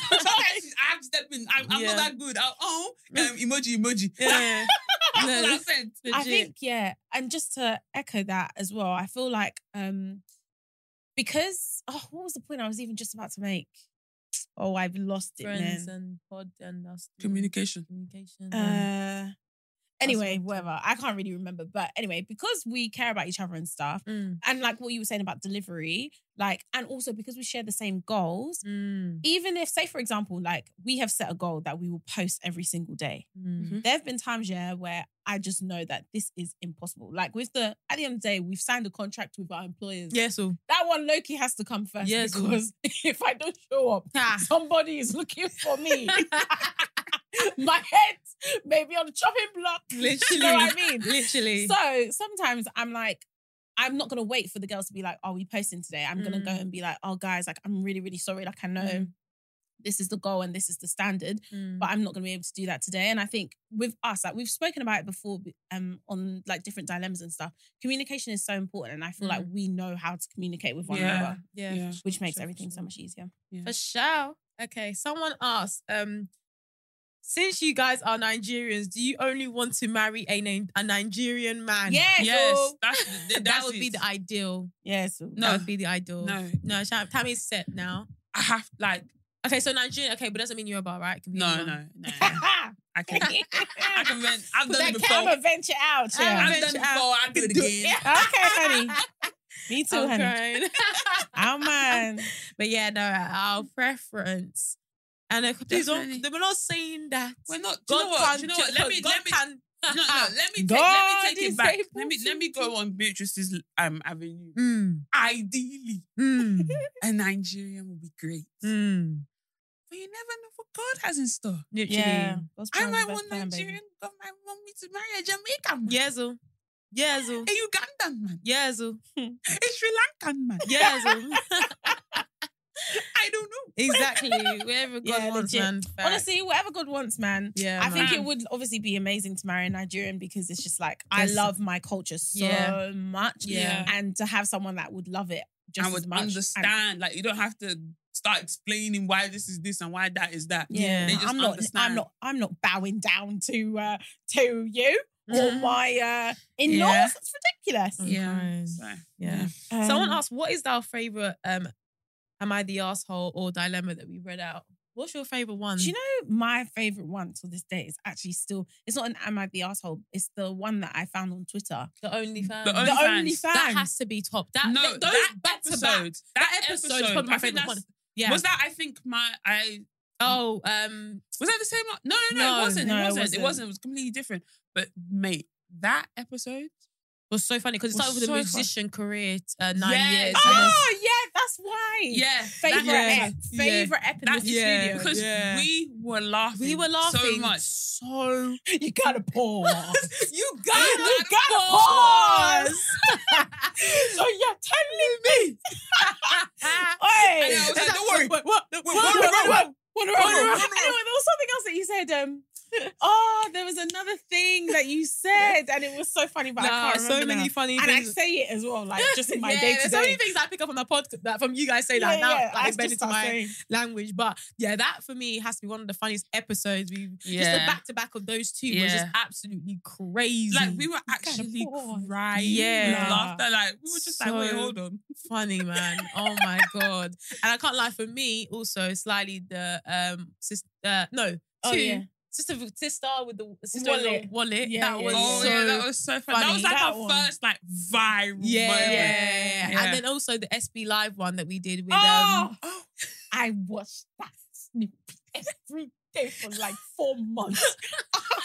Speaker 1: (laughs) sometimes she's- I have to step in. I'm, I'm
Speaker 2: Yeah.
Speaker 1: not that good. I,
Speaker 2: (laughs)
Speaker 1: oh, um, emoji, emoji. (laughs)
Speaker 5: (laughs)
Speaker 2: Yeah.
Speaker 1: That's
Speaker 2: No,
Speaker 1: what I sent.
Speaker 5: I
Speaker 2: legit.
Speaker 5: think yeah, and just to echo that as well, I feel like um because oh, what was the point I was even just about to make? Oh, I've lost it,
Speaker 2: friends
Speaker 5: man.
Speaker 2: and pod and us
Speaker 1: Communication.
Speaker 2: communication. and-
Speaker 5: Uh, anyway,
Speaker 2: one too.
Speaker 5: whatever. I can't really remember, but anyway, because we care about each other and stuff,
Speaker 2: Mm,
Speaker 5: and like what you were saying about delivery, like, and also because we share the same goals.
Speaker 2: mm,
Speaker 5: Even if, say, for example, like we have set a goal that we will post every single day.
Speaker 2: mm.
Speaker 5: There have been times, yeah, where I just know that this is impossible. Like with the at the end of the day, we've signed a contract with our employers.
Speaker 2: Yeah, so
Speaker 5: That one Loki has to come first
Speaker 2: Yes.
Speaker 5: because (laughs) if I don't show up,
Speaker 1: (laughs)
Speaker 5: somebody is looking
Speaker 2: (laughs)
Speaker 5: for me. My head may be on the chopping block. (laughs)
Speaker 2: literally,
Speaker 5: You know what I mean?
Speaker 2: literally.
Speaker 5: So sometimes I'm like, I'm not gonna wait for the girls to be like, "Are we posting today?" I'm gonna go
Speaker 2: Mm.
Speaker 5: and be like, "Oh, guys, like I'm really, really sorry. Like I know
Speaker 2: Mm.
Speaker 5: this is the goal and this is the standard,
Speaker 2: Mm,
Speaker 5: but I'm not gonna be able to do that today." And I think with us, like we've spoken about it before, b- um, on like different dilemmas and stuff. Communication is so important, and I feel like we know how to communicate with one
Speaker 1: Yeah.
Speaker 5: another,
Speaker 2: Mm. yeah,
Speaker 1: Yeah.
Speaker 2: for
Speaker 5: which
Speaker 2: sure,
Speaker 5: makes
Speaker 2: for
Speaker 5: everything so
Speaker 2: sure.
Speaker 5: much easier.
Speaker 2: For sure. Okay, someone asked, um, since you guys are Nigerians, do you only want to marry a, Ni- a Nigerian man?
Speaker 5: Yes,
Speaker 1: Yes,
Speaker 5: oh.
Speaker 1: that's, the-
Speaker 2: That
Speaker 1: that's
Speaker 2: would be
Speaker 1: it.
Speaker 2: the ideal.
Speaker 5: Yes. (laughs)
Speaker 2: That
Speaker 1: No.
Speaker 2: would be the ideal.
Speaker 1: No.
Speaker 2: No, Sham- Tammy's set now.
Speaker 1: I have like
Speaker 2: Okay, so Nigerian, okay, but doesn't mean you're about, right? Can be
Speaker 1: no,
Speaker 2: anyone.
Speaker 1: no, no.
Speaker 2: (laughs)
Speaker 1: I
Speaker 5: (laughs)
Speaker 1: can, I can vent. I've done it
Speaker 5: Ah! that
Speaker 1: before.
Speaker 5: camera venture out,
Speaker 2: Ah,
Speaker 5: yeah.
Speaker 1: I've done it
Speaker 2: venture
Speaker 1: before.
Speaker 2: out.
Speaker 1: I'll do it again.
Speaker 5: (laughs)
Speaker 1: (laughs)
Speaker 2: (laughs)
Speaker 5: okay, honey. Me too,
Speaker 2: I'm
Speaker 5: honey.
Speaker 2: crying. (laughs)
Speaker 5: Oh man.
Speaker 2: But yeah, no, our preference. And uh, please don't,
Speaker 1: Definitely.
Speaker 2: we're not saying that.
Speaker 1: We're not. Do you
Speaker 2: God
Speaker 1: know what?
Speaker 2: can
Speaker 1: Do you know
Speaker 2: ju-
Speaker 1: what? Let me.
Speaker 2: God
Speaker 1: Let me.
Speaker 2: can-
Speaker 1: No, no.
Speaker 2: (laughs)
Speaker 1: Let me. Take,
Speaker 5: God
Speaker 1: let me take
Speaker 5: is
Speaker 1: it
Speaker 5: (laughs)
Speaker 1: back.
Speaker 5: able
Speaker 1: Let me. Let me go on Beatrice's um avenue.
Speaker 2: Mm,
Speaker 1: Ideally,
Speaker 2: mm,
Speaker 1: (laughs) a Nigerian would be great,
Speaker 5: Hmm.
Speaker 2: mm.
Speaker 1: but you never know what God has in store.
Speaker 2: Literally.
Speaker 5: Yeah. God's
Speaker 1: I
Speaker 5: plan is
Speaker 1: might
Speaker 5: the
Speaker 1: want
Speaker 5: best plan, baby.
Speaker 1: Nigerian. God might want me to marry a Jamaican man,
Speaker 5: oh.
Speaker 2: Yezu. Yezu.
Speaker 1: a Ugandan man,
Speaker 2: Yezu.
Speaker 1: a Sri Lankan man.
Speaker 2: Yezu.
Speaker 5: oh.
Speaker 1: I don't know.
Speaker 2: exactly. Wherever God
Speaker 5: Yeah,
Speaker 2: wants,
Speaker 5: legit.
Speaker 2: man. Fact.
Speaker 5: Honestly, whatever God wants, man.
Speaker 2: Yeah,
Speaker 5: I think
Speaker 1: man.
Speaker 5: it would obviously be amazing to marry a Nigerian because it's just like I
Speaker 2: Yes.
Speaker 5: love my culture so
Speaker 2: Yeah.
Speaker 5: much.
Speaker 2: Yeah.
Speaker 5: And to have someone that would love it just
Speaker 1: I would
Speaker 5: as much. and-
Speaker 1: understand. like you don't have to start explaining why this is this and why that is that.
Speaker 2: Yeah.
Speaker 5: yeah,
Speaker 1: They just
Speaker 5: I'm not. I'm
Speaker 1: understand.
Speaker 5: not. I'm not bowing down to uh, to you or
Speaker 2: Mhm.
Speaker 5: my uh, in-laws.
Speaker 2: Yeah. Mm.
Speaker 5: It's ridiculous.
Speaker 2: I'm
Speaker 1: Yeah.
Speaker 2: crying.
Speaker 1: So,
Speaker 2: Yeah.
Speaker 1: Mm.
Speaker 5: Um,
Speaker 2: Someone asked, what is our favorite um am I the asshole or dilemma that we read out? What's your favorite one?
Speaker 5: Do you know my favorite one till this day is actually still, it's not an Am I the asshole? It's the one that I found on Twitter.
Speaker 2: the OnlyFans.
Speaker 1: The
Speaker 5: The
Speaker 1: OnlyFans.
Speaker 5: only fan.
Speaker 2: That has to be top. That
Speaker 1: no,
Speaker 2: th- those
Speaker 1: that
Speaker 2: back to
Speaker 1: episode.
Speaker 2: back.
Speaker 1: that
Speaker 2: episode's
Speaker 1: episode.
Speaker 2: probably my
Speaker 1: I think
Speaker 2: favourite
Speaker 1: that's.
Speaker 2: one. Yeah.
Speaker 1: Was that? I think my. I
Speaker 2: oh, um,
Speaker 1: was that the same one? No, no, no.
Speaker 2: No,
Speaker 1: it, wasn't.
Speaker 2: no, it
Speaker 1: it wasn't. It
Speaker 2: wasn't.
Speaker 1: wasn't. It was completely different. But mate, that episode.
Speaker 2: was so funny because it
Speaker 1: Was
Speaker 2: started with a
Speaker 1: so fun.
Speaker 2: musician career, uh, nine
Speaker 1: Yeah.
Speaker 2: years.
Speaker 5: Oh, yeah, that's why.
Speaker 1: Yeah.
Speaker 5: Favorite
Speaker 2: Yeah.
Speaker 5: ep.
Speaker 2: Yeah.
Speaker 5: Favorite ep in
Speaker 1: That's
Speaker 5: the
Speaker 1: yeah,
Speaker 5: studio.
Speaker 1: because
Speaker 2: yeah.
Speaker 1: we were laughing.
Speaker 2: We were
Speaker 1: so
Speaker 2: laughing
Speaker 1: much.
Speaker 2: so
Speaker 5: you
Speaker 1: (laughs)
Speaker 5: gotta pause.
Speaker 2: you (laughs)
Speaker 5: gotta
Speaker 2: you gotta
Speaker 5: pause.
Speaker 2: pause. (laughs)
Speaker 5: so you're telling me.
Speaker 1: And
Speaker 5: Oi.
Speaker 1: I was like, don't worry.
Speaker 5: What, what, what, what,
Speaker 1: Wonder Woman. Wonder
Speaker 5: Anyway,
Speaker 1: Woman.
Speaker 5: there was something else that you said. Um, (laughs) oh, there was another thing that you said, and it was so funny, but I
Speaker 2: Nah,
Speaker 5: can't
Speaker 2: so
Speaker 5: remember
Speaker 2: many
Speaker 5: now.
Speaker 2: funny
Speaker 5: And
Speaker 2: things.
Speaker 5: I say it as well, like just
Speaker 2: (laughs)
Speaker 5: in my
Speaker 2: yeah,
Speaker 5: day to
Speaker 2: there's so many
Speaker 5: day.
Speaker 2: things I pick up on that podcast that from you guys say
Speaker 5: Yeah,
Speaker 2: like now
Speaker 5: yeah, I
Speaker 2: like
Speaker 5: just
Speaker 2: embedded to
Speaker 5: start
Speaker 2: my
Speaker 5: saying.
Speaker 2: language. But yeah, that for me has to be one of the funniest episodes we've just the
Speaker 1: Yeah.
Speaker 2: back to back of those two was just
Speaker 1: Yeah.
Speaker 2: absolutely crazy.
Speaker 1: Like we were actually
Speaker 5: pause.
Speaker 1: crying.
Speaker 2: Yeah.
Speaker 1: with Laughter. Like we were just like, wait,
Speaker 2: So-
Speaker 1: hold on. (laughs)
Speaker 2: funny, man. Oh my god! And I can't lie. For me, also slightly the um sister. Uh, no, two
Speaker 5: Oh, yeah.
Speaker 2: sister sister with the sister wallet.
Speaker 5: Wallet.
Speaker 2: wallet.
Speaker 5: Yeah,
Speaker 2: that
Speaker 5: yeah,
Speaker 2: was
Speaker 1: Oh
Speaker 2: so.
Speaker 1: yeah, that was so funny. That
Speaker 2: funny.
Speaker 1: was like
Speaker 5: That
Speaker 1: our
Speaker 5: one.
Speaker 1: first like viral
Speaker 2: yeah.
Speaker 1: moment.
Speaker 2: and then also the SB Live one that we did with
Speaker 5: Oh,
Speaker 2: um,
Speaker 5: I watched that snippet every day for like four months.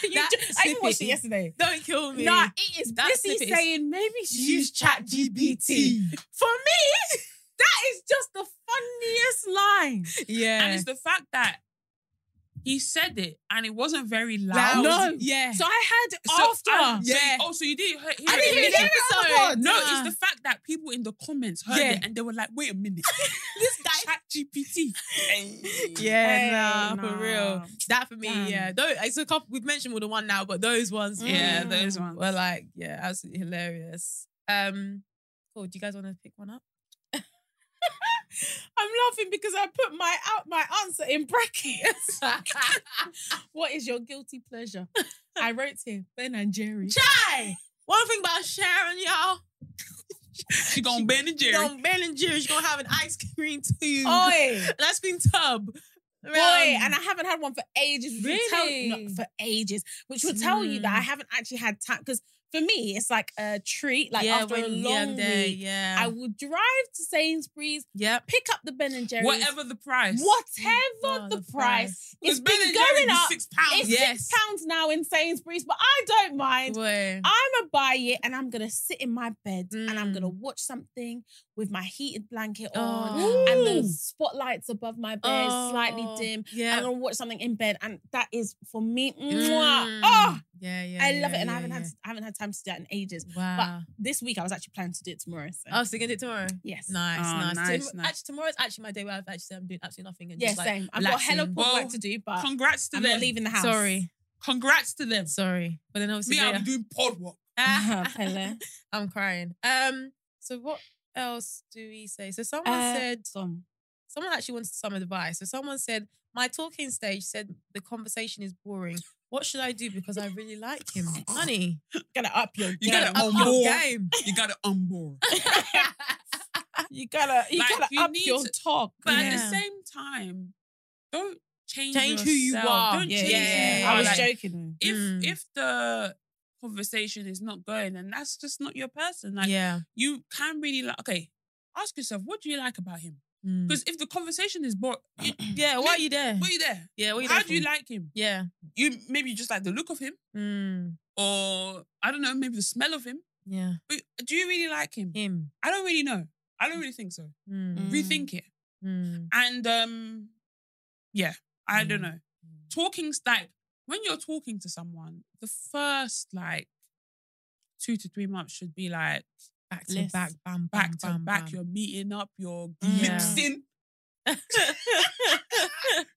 Speaker 5: you
Speaker 2: That
Speaker 5: ju- I even watched
Speaker 2: snippet is-
Speaker 5: it yesterday.
Speaker 2: Don't kill me.
Speaker 5: Nah, it is
Speaker 2: That
Speaker 5: Bissy
Speaker 2: snippet is-
Speaker 5: saying maybe she used chat GBT. For me, that is just the funniest line.
Speaker 2: (laughs) yeah.
Speaker 1: And it's the fact that he said it and it wasn't very loud.
Speaker 2: Loud. No. Yeah. uh,
Speaker 5: So I had after.
Speaker 1: I- so you-
Speaker 2: Yeah.
Speaker 1: oh, so you did hear, hear
Speaker 2: I didn't hear
Speaker 1: it?
Speaker 2: the
Speaker 1: initially.
Speaker 2: episode.
Speaker 1: No,
Speaker 2: Nah.
Speaker 1: it's the fact that people in the comments heard
Speaker 2: Yeah.
Speaker 1: it and they were like, wait a minute. this guy GPT.
Speaker 2: (laughs) Yeah,
Speaker 5: Hey,
Speaker 2: nah, for
Speaker 5: nah.
Speaker 2: real. That for me,
Speaker 5: Damn.
Speaker 2: yeah. Though it's a couple. We've mentioned more than one now, but those ones,
Speaker 1: Yeah,
Speaker 2: mm,
Speaker 1: those ones.
Speaker 2: were like, yeah, absolutely hilarious. Um, cool. Do you guys want to pick one up?
Speaker 5: I'm laughing because I put my out my answer
Speaker 1: (laughs)
Speaker 5: in brackets. what is your guilty pleasure? I wrote here Ben and Jerry.
Speaker 2: Jai. One thing about Sharon, y'all.
Speaker 1: She gone Ben
Speaker 2: (laughs)
Speaker 1: and
Speaker 2: She's
Speaker 1: Jerry.
Speaker 2: gonna Ben and Jerry. She's gonna have an ice cream too.
Speaker 1: Oh,
Speaker 5: Oi,
Speaker 2: an ice cream tub.
Speaker 5: boy, and I haven't had one for ages. Which would tell-
Speaker 2: Really?
Speaker 5: no, for ages, which will tell you
Speaker 1: Mm.
Speaker 5: that I haven't actually had time. Because for me, it's like a treat. Like after a
Speaker 2: when-
Speaker 5: long
Speaker 2: yeah, day,
Speaker 5: day, week,
Speaker 2: yeah.
Speaker 5: I would drive to Sainsbury's,
Speaker 2: yep.
Speaker 5: pick up the Ben and Jerry's,
Speaker 1: Whatever the price.
Speaker 5: whatever
Speaker 2: Oh,
Speaker 5: the,
Speaker 2: the
Speaker 5: price.
Speaker 1: Because
Speaker 5: It's been
Speaker 1: Ben and Jerry
Speaker 5: going
Speaker 1: be
Speaker 5: up.
Speaker 1: six pounds.
Speaker 5: It's
Speaker 2: Yes.
Speaker 5: six pounds now in Sainsbury's, but I don't mind.
Speaker 2: Where?
Speaker 5: I'm gonna buy it and I'm gonna sit in my bed and I'm
Speaker 2: Mm.
Speaker 5: gonna watch something with my heated blanket on
Speaker 2: Oh.
Speaker 5: and the spotlights above my bed slightly
Speaker 2: Oh,
Speaker 5: dim.
Speaker 2: Yeah.
Speaker 5: I'm gonna watch something in bed and that is for me. mwah.
Speaker 2: Mm.
Speaker 5: Oh,
Speaker 2: yeah, yeah.
Speaker 5: I love
Speaker 2: yeah,
Speaker 5: it and
Speaker 2: yeah,
Speaker 5: I haven't had
Speaker 2: yeah.
Speaker 5: I haven't had time to do that in ages.
Speaker 2: Wow.
Speaker 5: But this week I was actually planning to do it tomorrow. So.
Speaker 2: I was thinking it tomorrow.
Speaker 5: yes.
Speaker 2: Oh, Nice,
Speaker 1: Oh,
Speaker 2: nice.
Speaker 1: nice,
Speaker 2: Tom-
Speaker 1: nice.
Speaker 2: Actually, tomorrow's actually my day where I've actually said I'm doing absolutely nothing and
Speaker 5: Yeah,
Speaker 2: just like
Speaker 5: same. I've got a hella
Speaker 2: relaxing.
Speaker 5: of
Speaker 1: Well,
Speaker 5: work to do, but
Speaker 1: Congrats to
Speaker 5: I'm
Speaker 1: them.
Speaker 5: not leaving the house. (laughs)
Speaker 2: Sorry,
Speaker 1: Congrats to them.
Speaker 2: sorry. But then obviously
Speaker 1: Me, (laughs)
Speaker 2: later- (laughs)
Speaker 1: I'm doing pod work.
Speaker 5: Uh-huh, Pele.
Speaker 2: I'm crying. Um. So what else do we say? So someone
Speaker 5: Uh,
Speaker 2: said
Speaker 5: Some.
Speaker 2: someone actually wants some advice. So someone said my talking stage said the conversation is boring. What should I do because I really like him, (laughs) honey?
Speaker 5: Gonna up your
Speaker 1: You
Speaker 5: game.
Speaker 1: gotta
Speaker 2: up
Speaker 1: own
Speaker 2: your
Speaker 1: more.
Speaker 2: (laughs) game.
Speaker 1: You gotta unmoor.
Speaker 5: You gotta, you
Speaker 1: Like,
Speaker 5: gotta
Speaker 1: you
Speaker 5: up
Speaker 1: need
Speaker 5: your
Speaker 1: to-
Speaker 5: talk.
Speaker 1: (laughs) But at
Speaker 2: Yeah.
Speaker 1: the same time, don't change
Speaker 2: Change who you
Speaker 1: yourself.
Speaker 2: are.
Speaker 1: Don't
Speaker 2: Yeah,
Speaker 1: change
Speaker 2: yeah,
Speaker 1: who you
Speaker 2: yeah.
Speaker 1: are.
Speaker 5: I was
Speaker 1: Like,
Speaker 5: joking.
Speaker 1: If
Speaker 2: Mm.
Speaker 1: if the conversation is not going, then that's just not your person. Like
Speaker 2: yeah.
Speaker 1: you can really like okay, ask yourself what do you like about him?
Speaker 2: Mm.
Speaker 1: Because if the conversation is bored, you,
Speaker 2: Yeah. Why are you there?
Speaker 1: were you there?
Speaker 2: Yeah. What are you
Speaker 1: How
Speaker 2: there
Speaker 1: do you
Speaker 2: for?
Speaker 1: like him?
Speaker 2: Yeah.
Speaker 1: You maybe you just like the look of him,
Speaker 2: Mm.
Speaker 1: or I don't know, maybe the smell of him.
Speaker 2: Yeah.
Speaker 1: But do you really like him?
Speaker 2: Him.
Speaker 1: I don't really know. I don't really think so.
Speaker 2: Mm.
Speaker 1: Rethink it.
Speaker 2: Mm.
Speaker 1: And um, yeah, I don't
Speaker 2: Mm.
Speaker 1: know. Talking like when you're talking to someone, the first like two to three months should be like
Speaker 2: Back to
Speaker 5: List.
Speaker 2: back, bam, bam,
Speaker 1: back to
Speaker 2: bam,
Speaker 1: back.
Speaker 2: bam.
Speaker 1: You're meeting up. You're
Speaker 2: Yeah. (laughs)
Speaker 1: mixing.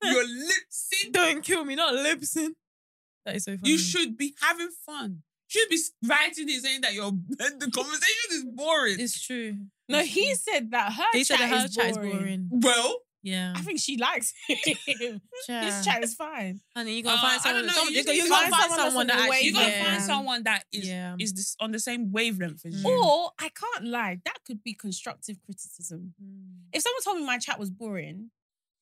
Speaker 1: you're lipsing.
Speaker 2: Don't kill me, not Libsyn. (laughs) That is so funny.
Speaker 1: You should be having fun. You should be writing it saying that your (laughs) the conversation is boring.
Speaker 2: It's true.
Speaker 5: No, he said that her
Speaker 2: They said
Speaker 5: chat,
Speaker 2: that her
Speaker 5: is
Speaker 2: chat is boring.
Speaker 5: boring.
Speaker 1: well,
Speaker 2: Yeah.
Speaker 5: I think she likes (laughs) him.
Speaker 2: Yeah.
Speaker 5: His chat is fine.
Speaker 2: Honey, you gotta
Speaker 1: Uh,
Speaker 2: find
Speaker 1: I
Speaker 2: someone.
Speaker 1: don't know,
Speaker 2: someone-
Speaker 1: you
Speaker 2: you,
Speaker 1: just
Speaker 2: gotta- you
Speaker 1: need to
Speaker 2: gotta
Speaker 1: find
Speaker 2: find
Speaker 5: someone
Speaker 2: someone
Speaker 5: that's
Speaker 2: that
Speaker 5: on the
Speaker 2: actually.
Speaker 1: you gotta
Speaker 2: yeah.
Speaker 1: find someone that is
Speaker 2: Yeah.
Speaker 1: is this, on the same wavelength as you.
Speaker 2: Mm.
Speaker 5: Or I can't lie, that could be constructive criticism.
Speaker 2: Mm.
Speaker 5: If someone told me my chat was boring,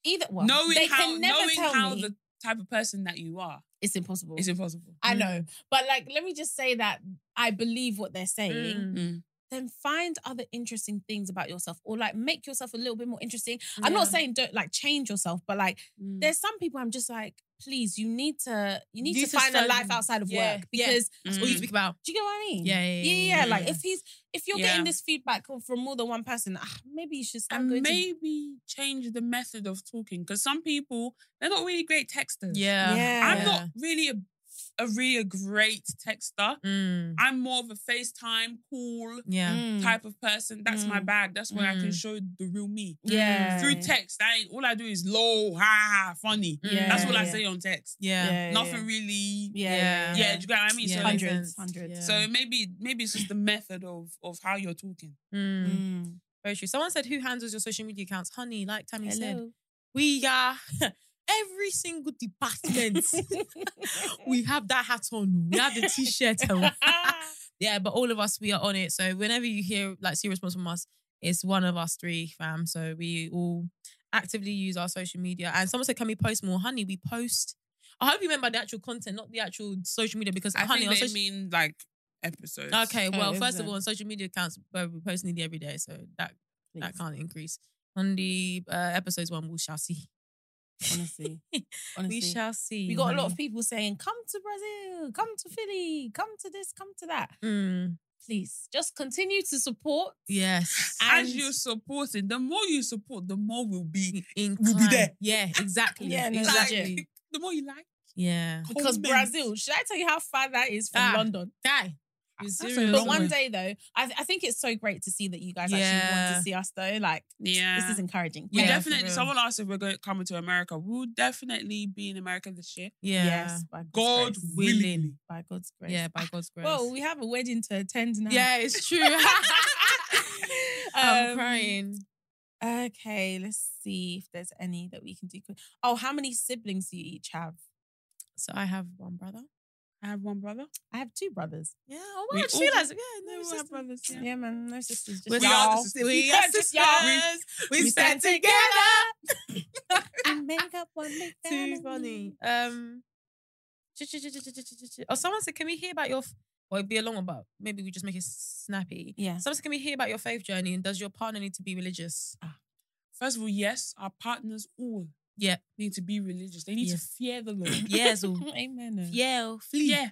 Speaker 5: either well,
Speaker 1: knowing
Speaker 5: they
Speaker 1: how,
Speaker 5: can never
Speaker 1: knowing
Speaker 5: tell
Speaker 1: how
Speaker 5: me.
Speaker 1: the type of person that you are,
Speaker 5: it's impossible.
Speaker 2: Mm.
Speaker 1: it's impossible.
Speaker 5: I know, but like, let me just say that I believe what they're saying.
Speaker 1: Mm.
Speaker 5: Then find other interesting things about yourself, or like make yourself a little bit more interesting. I'm not
Speaker 2: Yeah.
Speaker 5: saying don't like change yourself, but like,
Speaker 1: Mm.
Speaker 5: there's some people I'm just like, please, you need to, you need
Speaker 2: You
Speaker 5: to,
Speaker 2: need to
Speaker 5: find a
Speaker 2: start-
Speaker 5: life outside of
Speaker 2: Yeah,
Speaker 5: work
Speaker 2: yeah.
Speaker 5: because
Speaker 2: That's all you
Speaker 1: Mm.
Speaker 2: speak about.
Speaker 5: do you get what I mean?
Speaker 2: Yeah, yeah, yeah,
Speaker 5: yeah.
Speaker 2: yeah,
Speaker 5: Like
Speaker 2: yeah.
Speaker 5: if he's if you're
Speaker 1: Yeah.
Speaker 5: getting this feedback from more than one person, ah, maybe you should start
Speaker 1: and
Speaker 5: going to.
Speaker 1: maybe change the method of talking because some people they're not really great texters.
Speaker 2: Yeah.
Speaker 5: Yeah.
Speaker 1: I'm not really a, a really a great texter.
Speaker 2: Mm.
Speaker 1: I'm more of a FaceTime call
Speaker 2: Yeah.
Speaker 5: Mm.
Speaker 1: type of person. That's my
Speaker 5: Mm.
Speaker 1: bag. That's where I can
Speaker 2: Mm.
Speaker 1: show the real me.
Speaker 5: Yeah.
Speaker 1: Through text, I all I do is low, ha ha, funny.
Speaker 2: Yeah,
Speaker 1: That's all I
Speaker 5: yeah.
Speaker 1: say on text.
Speaker 2: Yeah.
Speaker 1: Nothing really.
Speaker 5: Yeah.
Speaker 2: Yeah.
Speaker 5: Yeah.
Speaker 1: Yeah, do you get what I mean?
Speaker 2: Yeah,
Speaker 1: So,
Speaker 2: makes
Speaker 5: Hundreds,
Speaker 2: sense.
Speaker 5: hundreds.
Speaker 2: Yeah.
Speaker 1: so maybe maybe it's just the method of of how you're talking.
Speaker 2: Mm.
Speaker 5: Mm.
Speaker 2: Very true. Someone said, "Who handles your social media accounts, honey?" Like Tammy said, (laughs)
Speaker 5: Hello.
Speaker 2: we are (laughs) every single department.
Speaker 5: (laughs)
Speaker 2: we have that hat on. We have the t-shirt.
Speaker 5: (laughs)
Speaker 2: on. yeah, but all of us, we are on it. So whenever you hear like serious response from us, it's one of us three, fam. So we all actively use our social media. And someone said, "Can we post more, honey?" We post. I hope you remember the actual content, not the actual social media, because
Speaker 1: I
Speaker 2: honey,
Speaker 1: think
Speaker 2: on
Speaker 1: they
Speaker 2: social-
Speaker 1: mean like episodes.
Speaker 2: (laughs)
Speaker 5: (laughs)
Speaker 2: Okay,
Speaker 5: Oh,
Speaker 2: well,
Speaker 5: is
Speaker 2: first of
Speaker 5: it?
Speaker 2: all, on social media accounts, we're posting nearly every day, so that that can't increase. On the uh, episodes one, we shall see.
Speaker 3: Honestly.
Speaker 2: (laughs) we
Speaker 3: Honestly.
Speaker 2: shall see.
Speaker 5: We got a lot of people saying, "Come to Brazil, come to Philly, come to this, come to that."
Speaker 2: people. Mm,
Speaker 5: Please, just continue to support.
Speaker 2: yes.
Speaker 1: As
Speaker 5: And-
Speaker 1: you're supporting, the more you support, the more will be
Speaker 2: In
Speaker 1: We'll be
Speaker 2: time.
Speaker 1: there.
Speaker 2: Yeah, exactly.
Speaker 5: Yeah, no,
Speaker 2: exactly.
Speaker 1: like, the more you like.
Speaker 2: Yeah.
Speaker 5: Because
Speaker 1: Comment.
Speaker 5: Brazil, should I tell you how far that is from
Speaker 2: Ah,
Speaker 5: London?
Speaker 2: Guy.
Speaker 1: That's a
Speaker 2: serious.
Speaker 5: But
Speaker 1: long
Speaker 5: one
Speaker 1: way.
Speaker 5: day though, I, I think it's so great to see that you guys actually want
Speaker 2: Yeah.
Speaker 5: to see us though. Like,
Speaker 1: Yeah.
Speaker 5: this is encouraging.
Speaker 1: We
Speaker 2: Yeah, for
Speaker 1: definitely.
Speaker 2: real.
Speaker 1: Someone asked if we're going coming to America. We'll definitely be in America this year.
Speaker 2: Yeah.
Speaker 5: Yes, by God's
Speaker 1: God
Speaker 5: grace.
Speaker 1: willing.
Speaker 5: By God's grace.
Speaker 2: Yeah, by God's grace.
Speaker 5: Well, we have a wedding to attend now.
Speaker 2: yeah, it's
Speaker 5: (laughs)
Speaker 2: true. (laughs) I'm
Speaker 5: Um,
Speaker 2: crying.
Speaker 5: Okay, let's see if there's any that we can do. quick. Oh, how many siblings do you each have?
Speaker 2: So I have one brother.
Speaker 1: I have one brother.
Speaker 5: I have two brothers.
Speaker 2: Yeah. Oh,
Speaker 1: We
Speaker 2: I just
Speaker 1: all-
Speaker 2: realized. Yeah,
Speaker 1: we
Speaker 2: no,
Speaker 1: all have
Speaker 2: sisters.
Speaker 1: brothers, yeah.
Speaker 5: Yeah, man, no sisters. Just
Speaker 2: We're
Speaker 1: We are the
Speaker 2: sisters.
Speaker 1: sisters.
Speaker 2: We are
Speaker 5: Just
Speaker 2: sisters.
Speaker 5: y'all.
Speaker 2: We,
Speaker 5: We
Speaker 2: stand
Speaker 5: stand
Speaker 2: together.
Speaker 5: We make up one big
Speaker 2: Too
Speaker 5: family.
Speaker 2: funny. Um, ch- ch- ch- ch- ch- ch- ch- ch- oh, someone said, "Can we hear about your?" F-? Well, it'd be a long one, but maybe we just make it snappy.
Speaker 5: Yeah.
Speaker 2: Someone said, "Can we hear about your faith journey?" And does your partner need to be religious?
Speaker 1: First of all, yes, our partners all
Speaker 2: Yeah.
Speaker 1: need to be religious. They need to
Speaker 2: Yes.
Speaker 1: fear the
Speaker 2: (coughs)
Speaker 1: Lord.
Speaker 2: Yes. (laughs)
Speaker 5: (laughs) Amen.
Speaker 2: Yeah.
Speaker 1: yeah.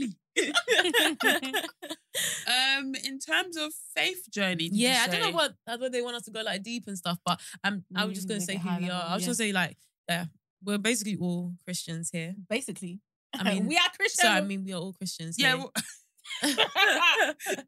Speaker 1: Flee. um, in terms of faith journey, did you
Speaker 2: Yeah. I don't know
Speaker 1: say?
Speaker 2: what I thought they want us to go like deep and stuff, but um, I was
Speaker 5: We
Speaker 2: just
Speaker 5: can
Speaker 2: gonna
Speaker 5: make
Speaker 2: say
Speaker 5: it
Speaker 2: who
Speaker 5: high
Speaker 2: we
Speaker 5: level,
Speaker 2: are. I was
Speaker 5: yeah.
Speaker 2: gonna say like, yeah, we're basically all Christians here.
Speaker 5: Basically,
Speaker 2: I mean,
Speaker 5: (laughs) we are Christians.
Speaker 2: so I mean, we are all Christians.
Speaker 1: Yeah,
Speaker 2: here.
Speaker 1: well,
Speaker 5: (laughs)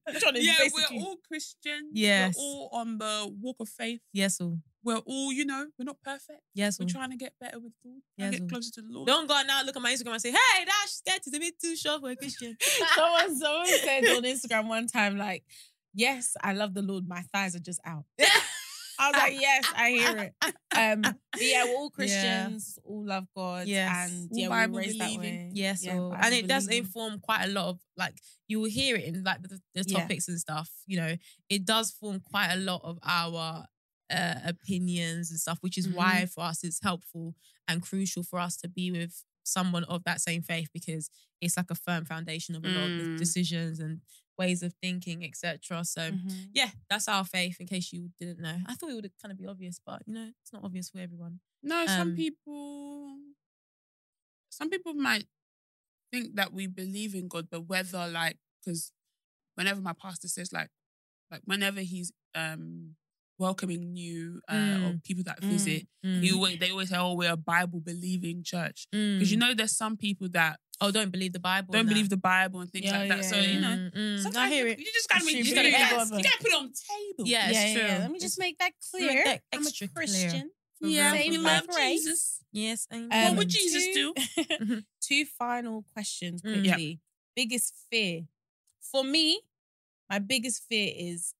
Speaker 5: Which one is
Speaker 1: (laughs) yeah,
Speaker 5: basically?
Speaker 1: we're all Christians.
Speaker 2: Yes.
Speaker 1: we're all on the walk of faith.
Speaker 2: (laughs) yes. all.
Speaker 1: We're all, you know, we're not perfect.
Speaker 2: Yes.
Speaker 5: Mm.
Speaker 1: We're
Speaker 2: all.
Speaker 1: trying to get better with the Lord. trying
Speaker 2: Yes,
Speaker 1: to
Speaker 2: we-
Speaker 1: get closer to the Lord.
Speaker 2: Don't go out now, look at my Instagram and say, hey, that skirt is a bit too short for a Christian.
Speaker 5: (laughs) someone, someone said on Instagram one time, like, yes, I love the Lord. My thighs are just
Speaker 2: (laughs)
Speaker 5: out. I was like, yes, I hear it. Um, but yeah, we're all Christians, all love God,
Speaker 2: Yes.
Speaker 5: and
Speaker 1: All
Speaker 5: yeah, we
Speaker 1: Bible
Speaker 5: were raised that
Speaker 1: believing.
Speaker 5: way.
Speaker 2: Yes,
Speaker 5: Yeah,
Speaker 2: all.
Speaker 5: Bible
Speaker 2: and it does
Speaker 5: believing.
Speaker 2: inform quite a lot of like you will hear it in like the, the
Speaker 5: Yeah.
Speaker 2: topics and stuff. You know, it does form quite a lot of our uh, opinions and stuff, which is
Speaker 5: Mm-hmm.
Speaker 2: why for us it's helpful and crucial for us to be with someone of that same faith because it's like a firm foundation of a lot of the
Speaker 1: Mm.
Speaker 2: decisions and ways of thinking, etc. So.
Speaker 5: Mhm.
Speaker 2: Yeah, that's our faith. In case you didn't know, I thought it would kind of be obvious, but you know, it's not obvious for everyone.
Speaker 1: No, some
Speaker 2: Um,
Speaker 1: people, some people might think that we believe in God, but whether like, because whenever my pastor says like, like whenever he's um welcoming new uh, or people that
Speaker 5: Mm.
Speaker 1: visit, he always, they always say, "Oh, we're a Bible believing church,"
Speaker 2: Mm.
Speaker 1: because you know there's some people that
Speaker 2: oh, don't believe the Bible.
Speaker 1: don't believe the Bible and things
Speaker 5: Yeah,
Speaker 1: like that.
Speaker 5: yeah,
Speaker 1: so you know,
Speaker 2: Mm,
Speaker 5: Mm-hmm.
Speaker 2: mm, I
Speaker 1: sometimes
Speaker 2: hear
Speaker 1: you,
Speaker 2: it.
Speaker 1: you just gotta
Speaker 5: It's
Speaker 1: make
Speaker 5: true,
Speaker 1: you
Speaker 5: but
Speaker 1: gotta, you
Speaker 5: it
Speaker 1: gotta,
Speaker 5: does-
Speaker 1: you gotta put it on the table.
Speaker 2: Yeah,
Speaker 5: yeah,
Speaker 2: it's
Speaker 5: yeah, yeah.
Speaker 2: true.
Speaker 5: Let me
Speaker 2: It's-
Speaker 5: just make that
Speaker 2: make
Speaker 5: clear.
Speaker 2: that
Speaker 5: I'm
Speaker 2: extra
Speaker 5: a
Speaker 2: clear.
Speaker 5: Christian.
Speaker 2: For
Speaker 1: yeah.
Speaker 2: real,
Speaker 5: Saved
Speaker 1: We
Speaker 2: for
Speaker 5: by
Speaker 1: love
Speaker 2: real.
Speaker 5: grace.
Speaker 1: Jesus.
Speaker 2: Yes, amen.
Speaker 5: Um,
Speaker 1: what would Jesus
Speaker 5: (laughs) two-
Speaker 2: Mhm.
Speaker 5: two final questions
Speaker 2: Mm.
Speaker 1: Yeah.
Speaker 5: quickly. Biggest fear for me, my biggest fear is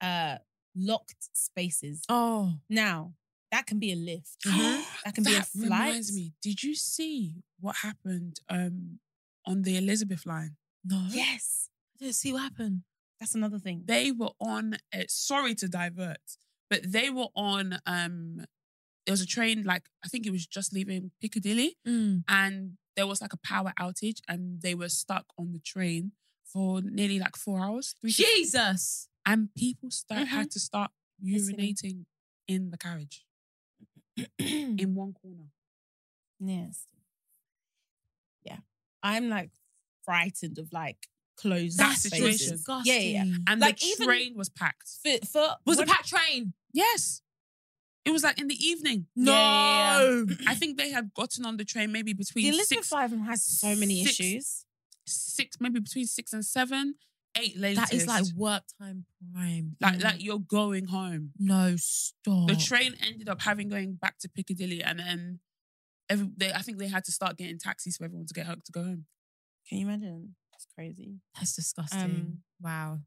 Speaker 5: uh locked spaces.
Speaker 2: Oh,
Speaker 5: Now that can be a lift,
Speaker 1: (gasps)
Speaker 2: Mhm.
Speaker 5: that can be a
Speaker 1: That
Speaker 5: flight.
Speaker 1: Reminds me, did you see what happened um, on the Elizabeth line?
Speaker 2: no.
Speaker 5: Yes,
Speaker 2: I didn't see what happened.
Speaker 5: that's another thing.
Speaker 1: They were on. A, sorry to divert, but they were on um, there was a train like I think it was just leaving Piccadilly, and there was like a power outage, and they were stuck on the train for nearly like four hours, three to-
Speaker 2: Jesus.
Speaker 1: and people start
Speaker 5: Mhm.
Speaker 1: had to start
Speaker 5: Listening.
Speaker 1: urinating in the
Speaker 5: (clears throat)
Speaker 1: carriage in one corner.
Speaker 5: Yes. Yeah. I'm like frightened of like closed
Speaker 1: That
Speaker 5: spaces.
Speaker 1: situation.
Speaker 5: Yeah, yeah, yeah.
Speaker 1: And
Speaker 5: Like,
Speaker 1: the
Speaker 5: even-
Speaker 1: train was packed.
Speaker 5: For, for
Speaker 2: Was
Speaker 5: when-
Speaker 2: it packed train?
Speaker 1: Yes. It was like in the evening.
Speaker 5: No. (clears throat)
Speaker 1: I think they had gotten on the train maybe
Speaker 5: The
Speaker 1: between
Speaker 5: Elizabeth
Speaker 1: six,
Speaker 5: Five has so many
Speaker 1: six-
Speaker 5: issues.
Speaker 1: six, maybe between six and seven, eight latest.
Speaker 2: That is like work time prime.
Speaker 1: like, like you're going home.
Speaker 2: no stop.
Speaker 1: The train ended up having going back to Piccadilly, and then every, they, I think they had to start getting taxis for everyone to get home to go home.
Speaker 5: Can you imagine? It's crazy.
Speaker 2: That's disgusting. Mm.
Speaker 5: Um,
Speaker 2: wow.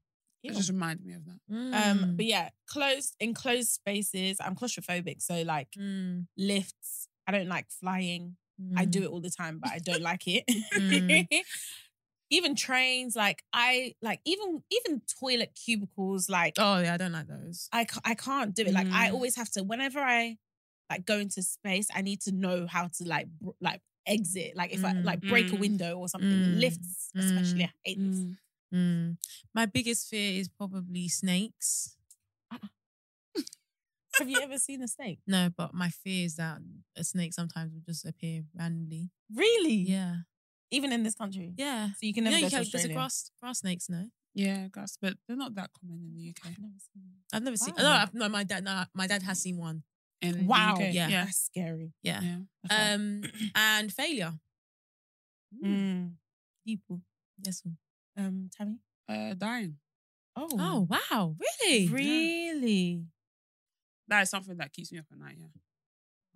Speaker 1: It just reminded me of that.
Speaker 5: Um, but yeah, closed enclosed spaces. I'm claustrophobic, so like
Speaker 2: Mm,
Speaker 5: lifts. I don't like flying. I
Speaker 2: mm.
Speaker 5: do it all the time, but
Speaker 2: (laughs)
Speaker 5: I don't like it.
Speaker 2: Mm.
Speaker 5: (laughs) even trains, like I like even even toilet cubicles, like
Speaker 2: Oh yeah, I don't like those.
Speaker 5: I ca- I can't do it. Like I
Speaker 2: Mm.
Speaker 5: always have to whenever I like go into space, I need to know how to like br- like exit. Like if I
Speaker 2: Mm.
Speaker 5: like break a
Speaker 1: Mm.
Speaker 5: window or something,
Speaker 2: Mm.
Speaker 5: lifts especially. I hate this.
Speaker 2: Mm. My biggest fear is probably snakes.
Speaker 5: Have you
Speaker 2: (laughs)
Speaker 5: ever seen a snake?
Speaker 2: No, but my fear is that a snake sometimes will just appear randomly.
Speaker 5: Really?
Speaker 2: Yeah,
Speaker 5: Even in this country.
Speaker 2: yeah.
Speaker 5: So you can
Speaker 2: You
Speaker 5: Mm. never
Speaker 2: know,
Speaker 5: go
Speaker 2: you can,
Speaker 5: to
Speaker 2: there's a
Speaker 5: Australia.
Speaker 2: grass grass snakes. No,
Speaker 1: Yeah, guys, but they're not that common in the UK.
Speaker 5: I've never seen them.
Speaker 2: I've never seen.
Speaker 5: Wow.
Speaker 2: No, I've, no, my dad. No, my dad has seen one.
Speaker 1: In the
Speaker 5: Wow.
Speaker 1: UK.
Speaker 2: Yeah.
Speaker 1: yeah.
Speaker 5: That's scary.
Speaker 2: Yeah.
Speaker 1: yeah.
Speaker 5: Okay.
Speaker 2: Um, and failure.
Speaker 5: Mm. People.
Speaker 2: Yes. ma'am.
Speaker 5: Um, Tammy.
Speaker 1: Uh, dying.
Speaker 5: Oh.
Speaker 2: Oh wow, really?
Speaker 5: Really?
Speaker 1: That is something that keeps me up at night. Yeah.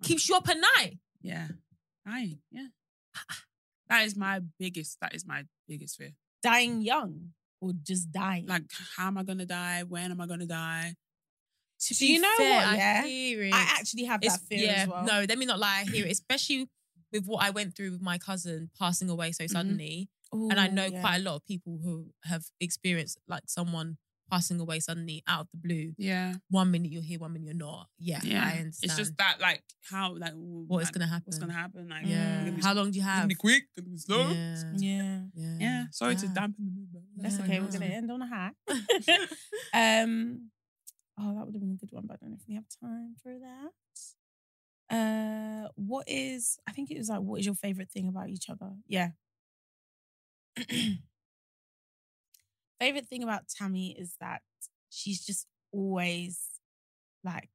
Speaker 2: Keeps you up at night.
Speaker 1: Yeah. Dying. Yeah. That is my biggest. That is my biggest fear.
Speaker 5: Dying young or just dying?
Speaker 1: Like, how am I gonna die? When am I gonna die?
Speaker 2: To
Speaker 5: Do
Speaker 2: be
Speaker 5: you know
Speaker 2: fair,
Speaker 5: what, yeah?
Speaker 2: I hear it.
Speaker 5: I actually have that
Speaker 2: It's-
Speaker 5: fear
Speaker 2: yeah,
Speaker 5: as well.
Speaker 2: No, let me not lie. I hear it, especially with what I went through with my cousin passing away so suddenly. And I know quite a lot of people who have experienced like someone passing away suddenly out of the blue.
Speaker 1: Yeah.
Speaker 2: One minute you're here, one minute you're not. Yeah,
Speaker 1: Yeah.
Speaker 2: I understand.
Speaker 1: It's just that, like, how, like,
Speaker 2: What is gonna
Speaker 1: What's
Speaker 2: happen.
Speaker 1: gonna happen? Like,
Speaker 2: Yeah.
Speaker 1: gonna be,
Speaker 2: How long do you
Speaker 1: Gonna
Speaker 2: have?
Speaker 1: be quick. Gonna be slow. Yeah.
Speaker 2: Yeah. (laughs)
Speaker 5: Yeah.
Speaker 2: yeah.
Speaker 1: Sorry to
Speaker 2: Yeah.
Speaker 1: dampen the mood. but
Speaker 5: That's
Speaker 2: No,
Speaker 5: okay.
Speaker 2: no.
Speaker 5: We're gonna end on a
Speaker 2: (laughs)
Speaker 5: high. (laughs) um, oh, that would have been a good one, but I don't know if we have time for that. Uh, what is? I think it was like, what is your favorite thing about each other? Yeah. (clears throat) favorite thing about Tammy is that she's just always like.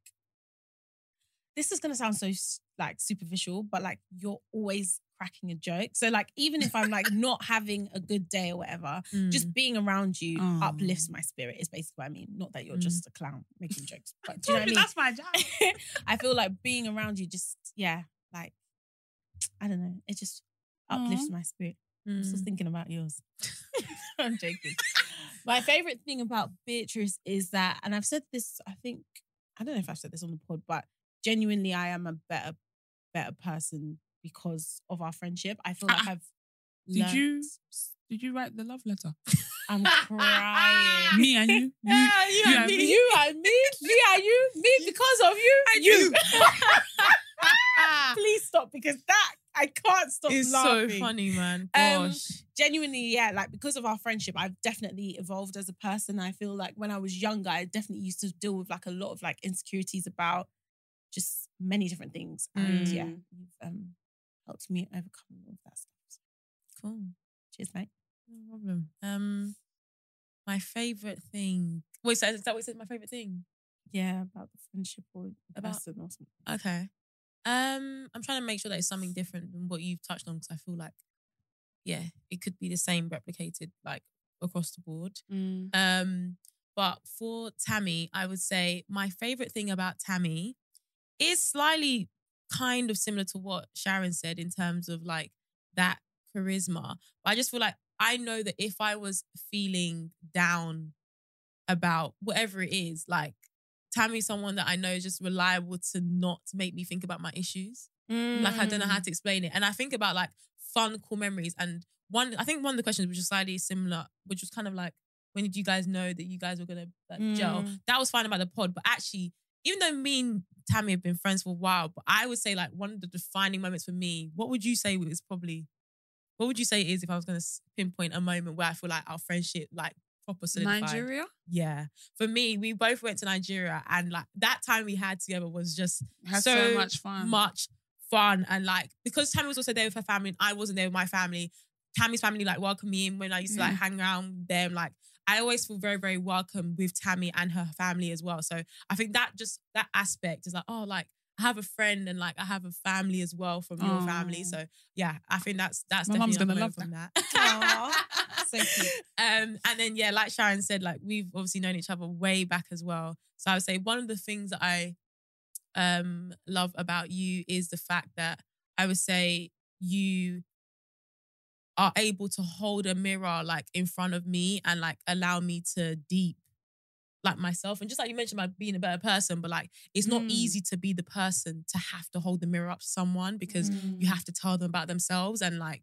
Speaker 5: This is gonna sound so s- like superficial, but like you're always cracking a joke. So like, even if I'm like not having a good day or whatever,
Speaker 2: Mm.
Speaker 5: just being around you
Speaker 1: Oh.
Speaker 5: uplifts my spirit is basically what I mean. Not that you're
Speaker 2: Mm.
Speaker 5: just a clown making jokes, but do
Speaker 1: Told
Speaker 5: you
Speaker 1: (laughs)
Speaker 5: know
Speaker 1: you
Speaker 5: what
Speaker 1: That's my job.
Speaker 5: I mean? (laughs) I feel like being around you just, yeah, like, I don't know. It just uplifts
Speaker 1: Aw.
Speaker 5: my spirit. I'm still
Speaker 2: Mm.
Speaker 5: thinking about yours. (laughs) I'm joking. my favorite thing about Beatrice is that, and I've said this, I think, I don't know if I've said this on the pod, but genuinely I am a better, better person because of our friendship. I feel like
Speaker 1: Ah.
Speaker 5: I've
Speaker 1: Did
Speaker 5: learned-
Speaker 1: you? Did you write the love letter?
Speaker 5: I'm crying.
Speaker 1: me and you.
Speaker 2: (laughs)
Speaker 1: you
Speaker 5: Yeah, you,
Speaker 1: you
Speaker 5: and
Speaker 1: and
Speaker 5: me.
Speaker 1: me.
Speaker 5: You and me. Me and you. Me because of you. And (laughs) you. Please stop because that I can't stop
Speaker 2: It's
Speaker 5: laughing.
Speaker 2: so funny, man.
Speaker 5: Um,
Speaker 2: Gosh.
Speaker 5: Genuinely, yeah, like because of our friendship, I've definitely evolved as a person. I feel like when I was younger, I definitely used to deal with like a lot of like insecurities about just many different things. And yeah,
Speaker 1: Mm.
Speaker 5: you've um, helped me overcome all of that stuff. So,
Speaker 2: cool.
Speaker 5: Cheers, mate.
Speaker 2: No problem. Um, my favorite thing. Wait, so is that what you said? My favorite thing.
Speaker 5: Yeah, about the friendship or the
Speaker 2: About-
Speaker 5: person or something.
Speaker 2: Okay. Um, I'm trying to make sure that it's something different than what you've touched on because I feel like, yeah, it could be the same replicated like across the board.
Speaker 5: Mm.
Speaker 2: Um, but for Tammy, I would say my favorite thing about Tammy is slightly kind of similar to what Sharon said in terms of like that charisma. But I just feel like I know that if I was feeling down about whatever it is, like Tammy's someone that I know is just reliable to not make me think about my issues.
Speaker 1: Mm.
Speaker 2: Like I don't know how to explain it. And I think about like fun, cool memories. And one, I think one of the questions which is slightly similar, which was kind of like, when did you guys know that you guys were gonna like, gel? That was fine about the pod, but actually
Speaker 5: even though me and Tammy have been friends for a while, but I would say like one of the defining moments for me, what would you say is probably, what would you say it is if I was going to pinpoint a moment where I feel like our friendship like proper solidified?
Speaker 6: Nigeria?
Speaker 5: Yeah. For me, we both went to Nigeria and like that time we had together was just
Speaker 1: Had so, much fun.
Speaker 5: much fun and like because Tammy was also there with her family and I wasn't there with my family. Tammy's family like welcomed me in when I used to
Speaker 1: Mm.
Speaker 5: like hang around with them. Like I always feel very very welcome with Tammy and her family as well. So I think that just that aspect is like oh like I have a friend and like I have a family as well from your
Speaker 1: Aw.
Speaker 5: family. So yeah, I think that's that's
Speaker 1: My mum's
Speaker 5: definitely
Speaker 1: gonna
Speaker 5: a
Speaker 1: love
Speaker 5: moment from
Speaker 2: Aw,
Speaker 5: (laughs) that.
Speaker 1: (laughs)
Speaker 2: so cute.
Speaker 5: Um, and then yeah, like Sharon said, like we've obviously known each other way back as well. So I would say one of the things that I um love about you is the fact that I would say you are able to hold a mirror like in front of me and like allow me to deep like myself and just like you mentioned about being a better person but like it's not
Speaker 6: Mm.
Speaker 5: easy to be the person to have to hold the mirror up to someone because
Speaker 1: Mm-hmm. Mm.
Speaker 5: you have to tell them about themselves and like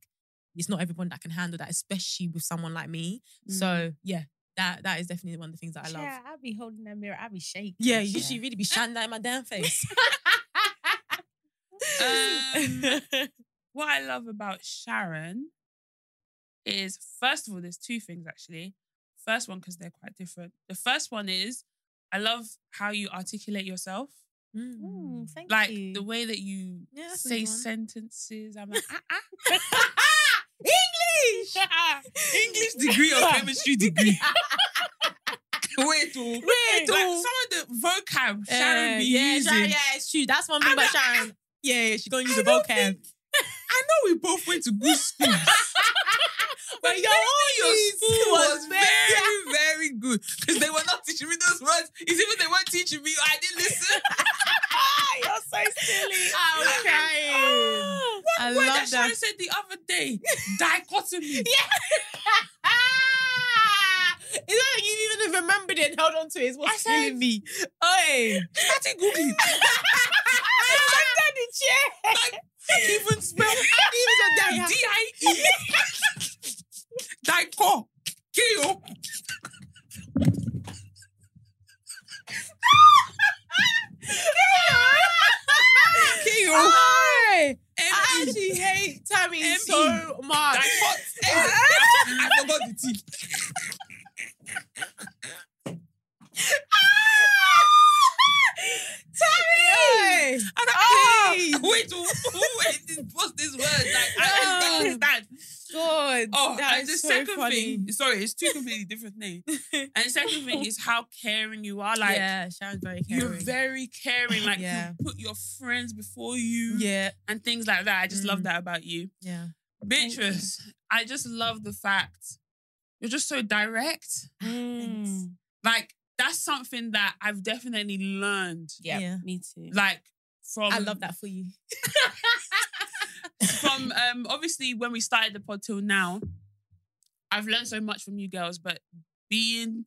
Speaker 5: it's not everyone that can handle that especially with someone like me
Speaker 1: Mm.
Speaker 5: so yeah that that is definitely one of the things that i love
Speaker 2: Yeah, I'll be holding that mirror. I'll be shaking. (laughs)
Speaker 5: yeah you should really be shining that in my damn face
Speaker 1: (laughs) Um, what I love about Sharon is, first of all, there's two things actually. First one, because they're quite different. The first one is, I love how you articulate yourself.
Speaker 5: Mm.
Speaker 2: Mm, thank
Speaker 1: Like
Speaker 2: you.
Speaker 1: the way that you
Speaker 5: Yeah, that's a
Speaker 1: say
Speaker 5: good one.
Speaker 1: sentences. I'm
Speaker 5: (laughs)
Speaker 1: like, ah, ah.
Speaker 5: english
Speaker 1: English degree (laughs) or chemistry degree. Wait, oh. Like,
Speaker 5: Wait, oh.
Speaker 1: some of the vocab Sharon
Speaker 5: Uh,
Speaker 1: be
Speaker 5: yeah,
Speaker 1: using.
Speaker 5: Sharon, yeah, it's true. That's one thing
Speaker 1: I'm
Speaker 5: about
Speaker 1: not-
Speaker 5: Sharon. Yeah, yeah, she's gonna use
Speaker 1: I
Speaker 5: the
Speaker 1: don't
Speaker 5: vocab.
Speaker 1: think- I know we both went to good school.
Speaker 5: (laughs) but your own
Speaker 1: your school was
Speaker 5: (laughs)
Speaker 1: very, very good because they were not teaching me those words. It's even they weren't teaching me. I didn't listen.
Speaker 5: (laughs) You're so silly.
Speaker 1: (laughs) I'm
Speaker 5: I'm crying.
Speaker 1: (gasps) One
Speaker 5: I
Speaker 1: word
Speaker 5: love
Speaker 1: that Sharon
Speaker 5: that.
Speaker 1: said the other day, (laughs) dichotomy.
Speaker 5: (laughs) It's not like you even remembered it and held on to it. It's
Speaker 1: I
Speaker 5: what's
Speaker 1: said,
Speaker 5: killing me. Oi.
Speaker 1: started
Speaker 5: (laughs)
Speaker 1: googling.
Speaker 5: daddy chair.
Speaker 1: Like, I can't even spell.
Speaker 5: Even your daddy.
Speaker 1: D I E.
Speaker 5: E.
Speaker 1: (laughs) Dico. Keo. Keo.
Speaker 5: Oi. I
Speaker 1: M
Speaker 5: actually
Speaker 1: E.
Speaker 5: hate Tammy
Speaker 1: M-E.
Speaker 5: so much. (laughs)
Speaker 1: Dicot. (laughs) I forgot the T.
Speaker 5: Ah! Tammy!
Speaker 1: And I, oh, wait, who, who is- what's this word? Like, I, I don't understand.
Speaker 5: God.
Speaker 1: Oh,
Speaker 5: Ah! that
Speaker 1: and the
Speaker 5: is so
Speaker 1: second
Speaker 5: funny.
Speaker 1: thing, sorry, it's two completely different
Speaker 5: (laughs)
Speaker 1: things. And the second thing is how caring you are. Like,
Speaker 5: yeah, Sharon's very caring.
Speaker 1: you're very
Speaker 5: (laughs)
Speaker 1: caring. Like,
Speaker 5: Yeah.
Speaker 1: you put your friends before you
Speaker 5: yeah,
Speaker 1: and things like that. I just love
Speaker 5: Mm.
Speaker 1: that about you.
Speaker 5: yeah.
Speaker 1: Beatrice, I just love the fact you're just so direct.
Speaker 5: Mm.
Speaker 1: Like, that's something that I've definitely learned.
Speaker 5: Yeah.
Speaker 2: me too.
Speaker 1: Like, from
Speaker 5: I love that for you. (laughs)
Speaker 1: from um obviously when we started the pod till now, I've learned so much from you girls, but being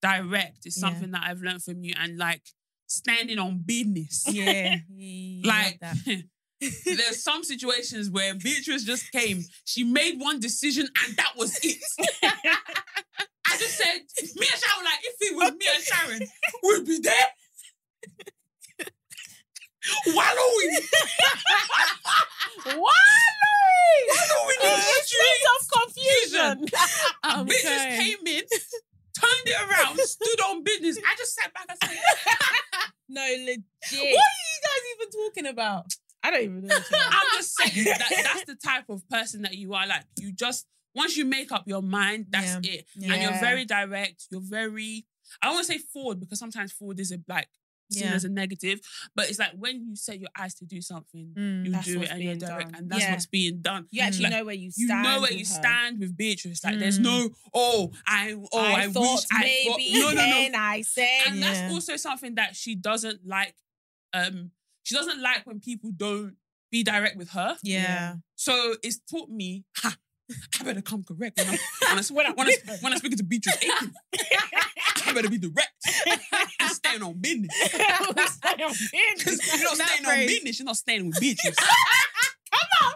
Speaker 1: direct is
Speaker 5: Yeah.
Speaker 1: something that I've learned from you and like standing on business.
Speaker 5: (laughs) Yeah,
Speaker 1: Like
Speaker 5: like that.
Speaker 1: (laughs) there's some situations where Beatrice just came, she made one decision and that was it. I just said, me and Sharon, like if it was me and Sharon, we'd be there. Wallowing.
Speaker 5: What?
Speaker 1: Wallowing in the streets of confusion.
Speaker 5: I'm
Speaker 1: Bitches
Speaker 5: crying.
Speaker 1: came in, turned it around, stood on business. I just sat back and (laughs) said,
Speaker 5: No, legit. What are you guys even talking about? I don't even
Speaker 1: (laughs)
Speaker 5: know.
Speaker 1: I'm just saying that that's the type of person that you are. Like, you just, once you make up your mind, that's it. And you're
Speaker 5: Yeah.
Speaker 1: very direct. You're very, I don't want to say forward because sometimes forward is a, like, seen
Speaker 5: Yeah.
Speaker 1: as a negative. But it's like when you set your eyes to do something,
Speaker 5: Mm.
Speaker 1: you
Speaker 2: That's
Speaker 1: do it
Speaker 2: what's
Speaker 1: and you're
Speaker 2: being
Speaker 1: direct.
Speaker 2: done.
Speaker 1: And that's
Speaker 5: Yeah.
Speaker 1: what's being done.
Speaker 2: You actually
Speaker 1: Like,
Speaker 2: know where you
Speaker 1: you
Speaker 2: stand.
Speaker 1: know where you
Speaker 2: with her.
Speaker 1: stand with Beatrice. Like, there's
Speaker 5: Mm.
Speaker 1: no, oh, I, oh, I, wish I thought. (laughs) No, no, no.
Speaker 2: then I said.
Speaker 1: and
Speaker 5: Yeah.
Speaker 1: that's also something that she doesn't like. Um, she doesn't like when people don't be direct with her.
Speaker 2: (laughs)
Speaker 5: Yeah.
Speaker 1: So it's taught me. Ha, I better come correct
Speaker 5: (laughs)
Speaker 1: when, I'm, when, I, when, I, when, I, when I speak to Beatrice Aiken. I better be direct and stand on business.
Speaker 5: (laughs)
Speaker 1: Because if you're not
Speaker 5: That
Speaker 1: standing on
Speaker 5: phrase.
Speaker 1: business, you're not standing with
Speaker 5: (laughs)
Speaker 1: Beatrice.
Speaker 5: Come on.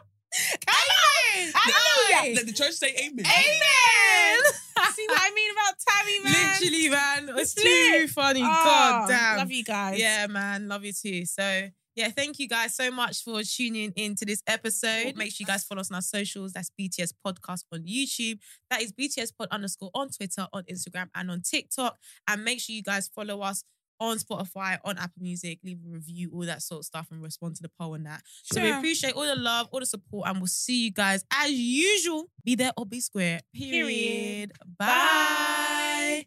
Speaker 5: Come on.
Speaker 1: Let the church say amen.
Speaker 5: Amen.
Speaker 1: (laughs) see what I mean about Tammy, man?
Speaker 7: Literally, man. It's
Speaker 1: Lit.
Speaker 7: too funny.
Speaker 1: Oh,
Speaker 7: God damn.
Speaker 1: Love you guys.
Speaker 5: Yeah, man. Love you too. So, yeah, thank you guys so much for tuning in to this episode. Make sure you guys follow us on our socials. That's BTS Podcast on YouTube. That is BTS Pod underscore on Twitter, on Instagram, and on TikTok. And make sure you guys follow us on Spotify, on Apple Music. Leave a review, all that sort of stuff, and respond to the poll and that. So, we
Speaker 8: Sure.
Speaker 5: appreciate all the love, all the support, and we'll see you guys as usual. Be there or be square.
Speaker 1: Period.
Speaker 5: Period. Bye.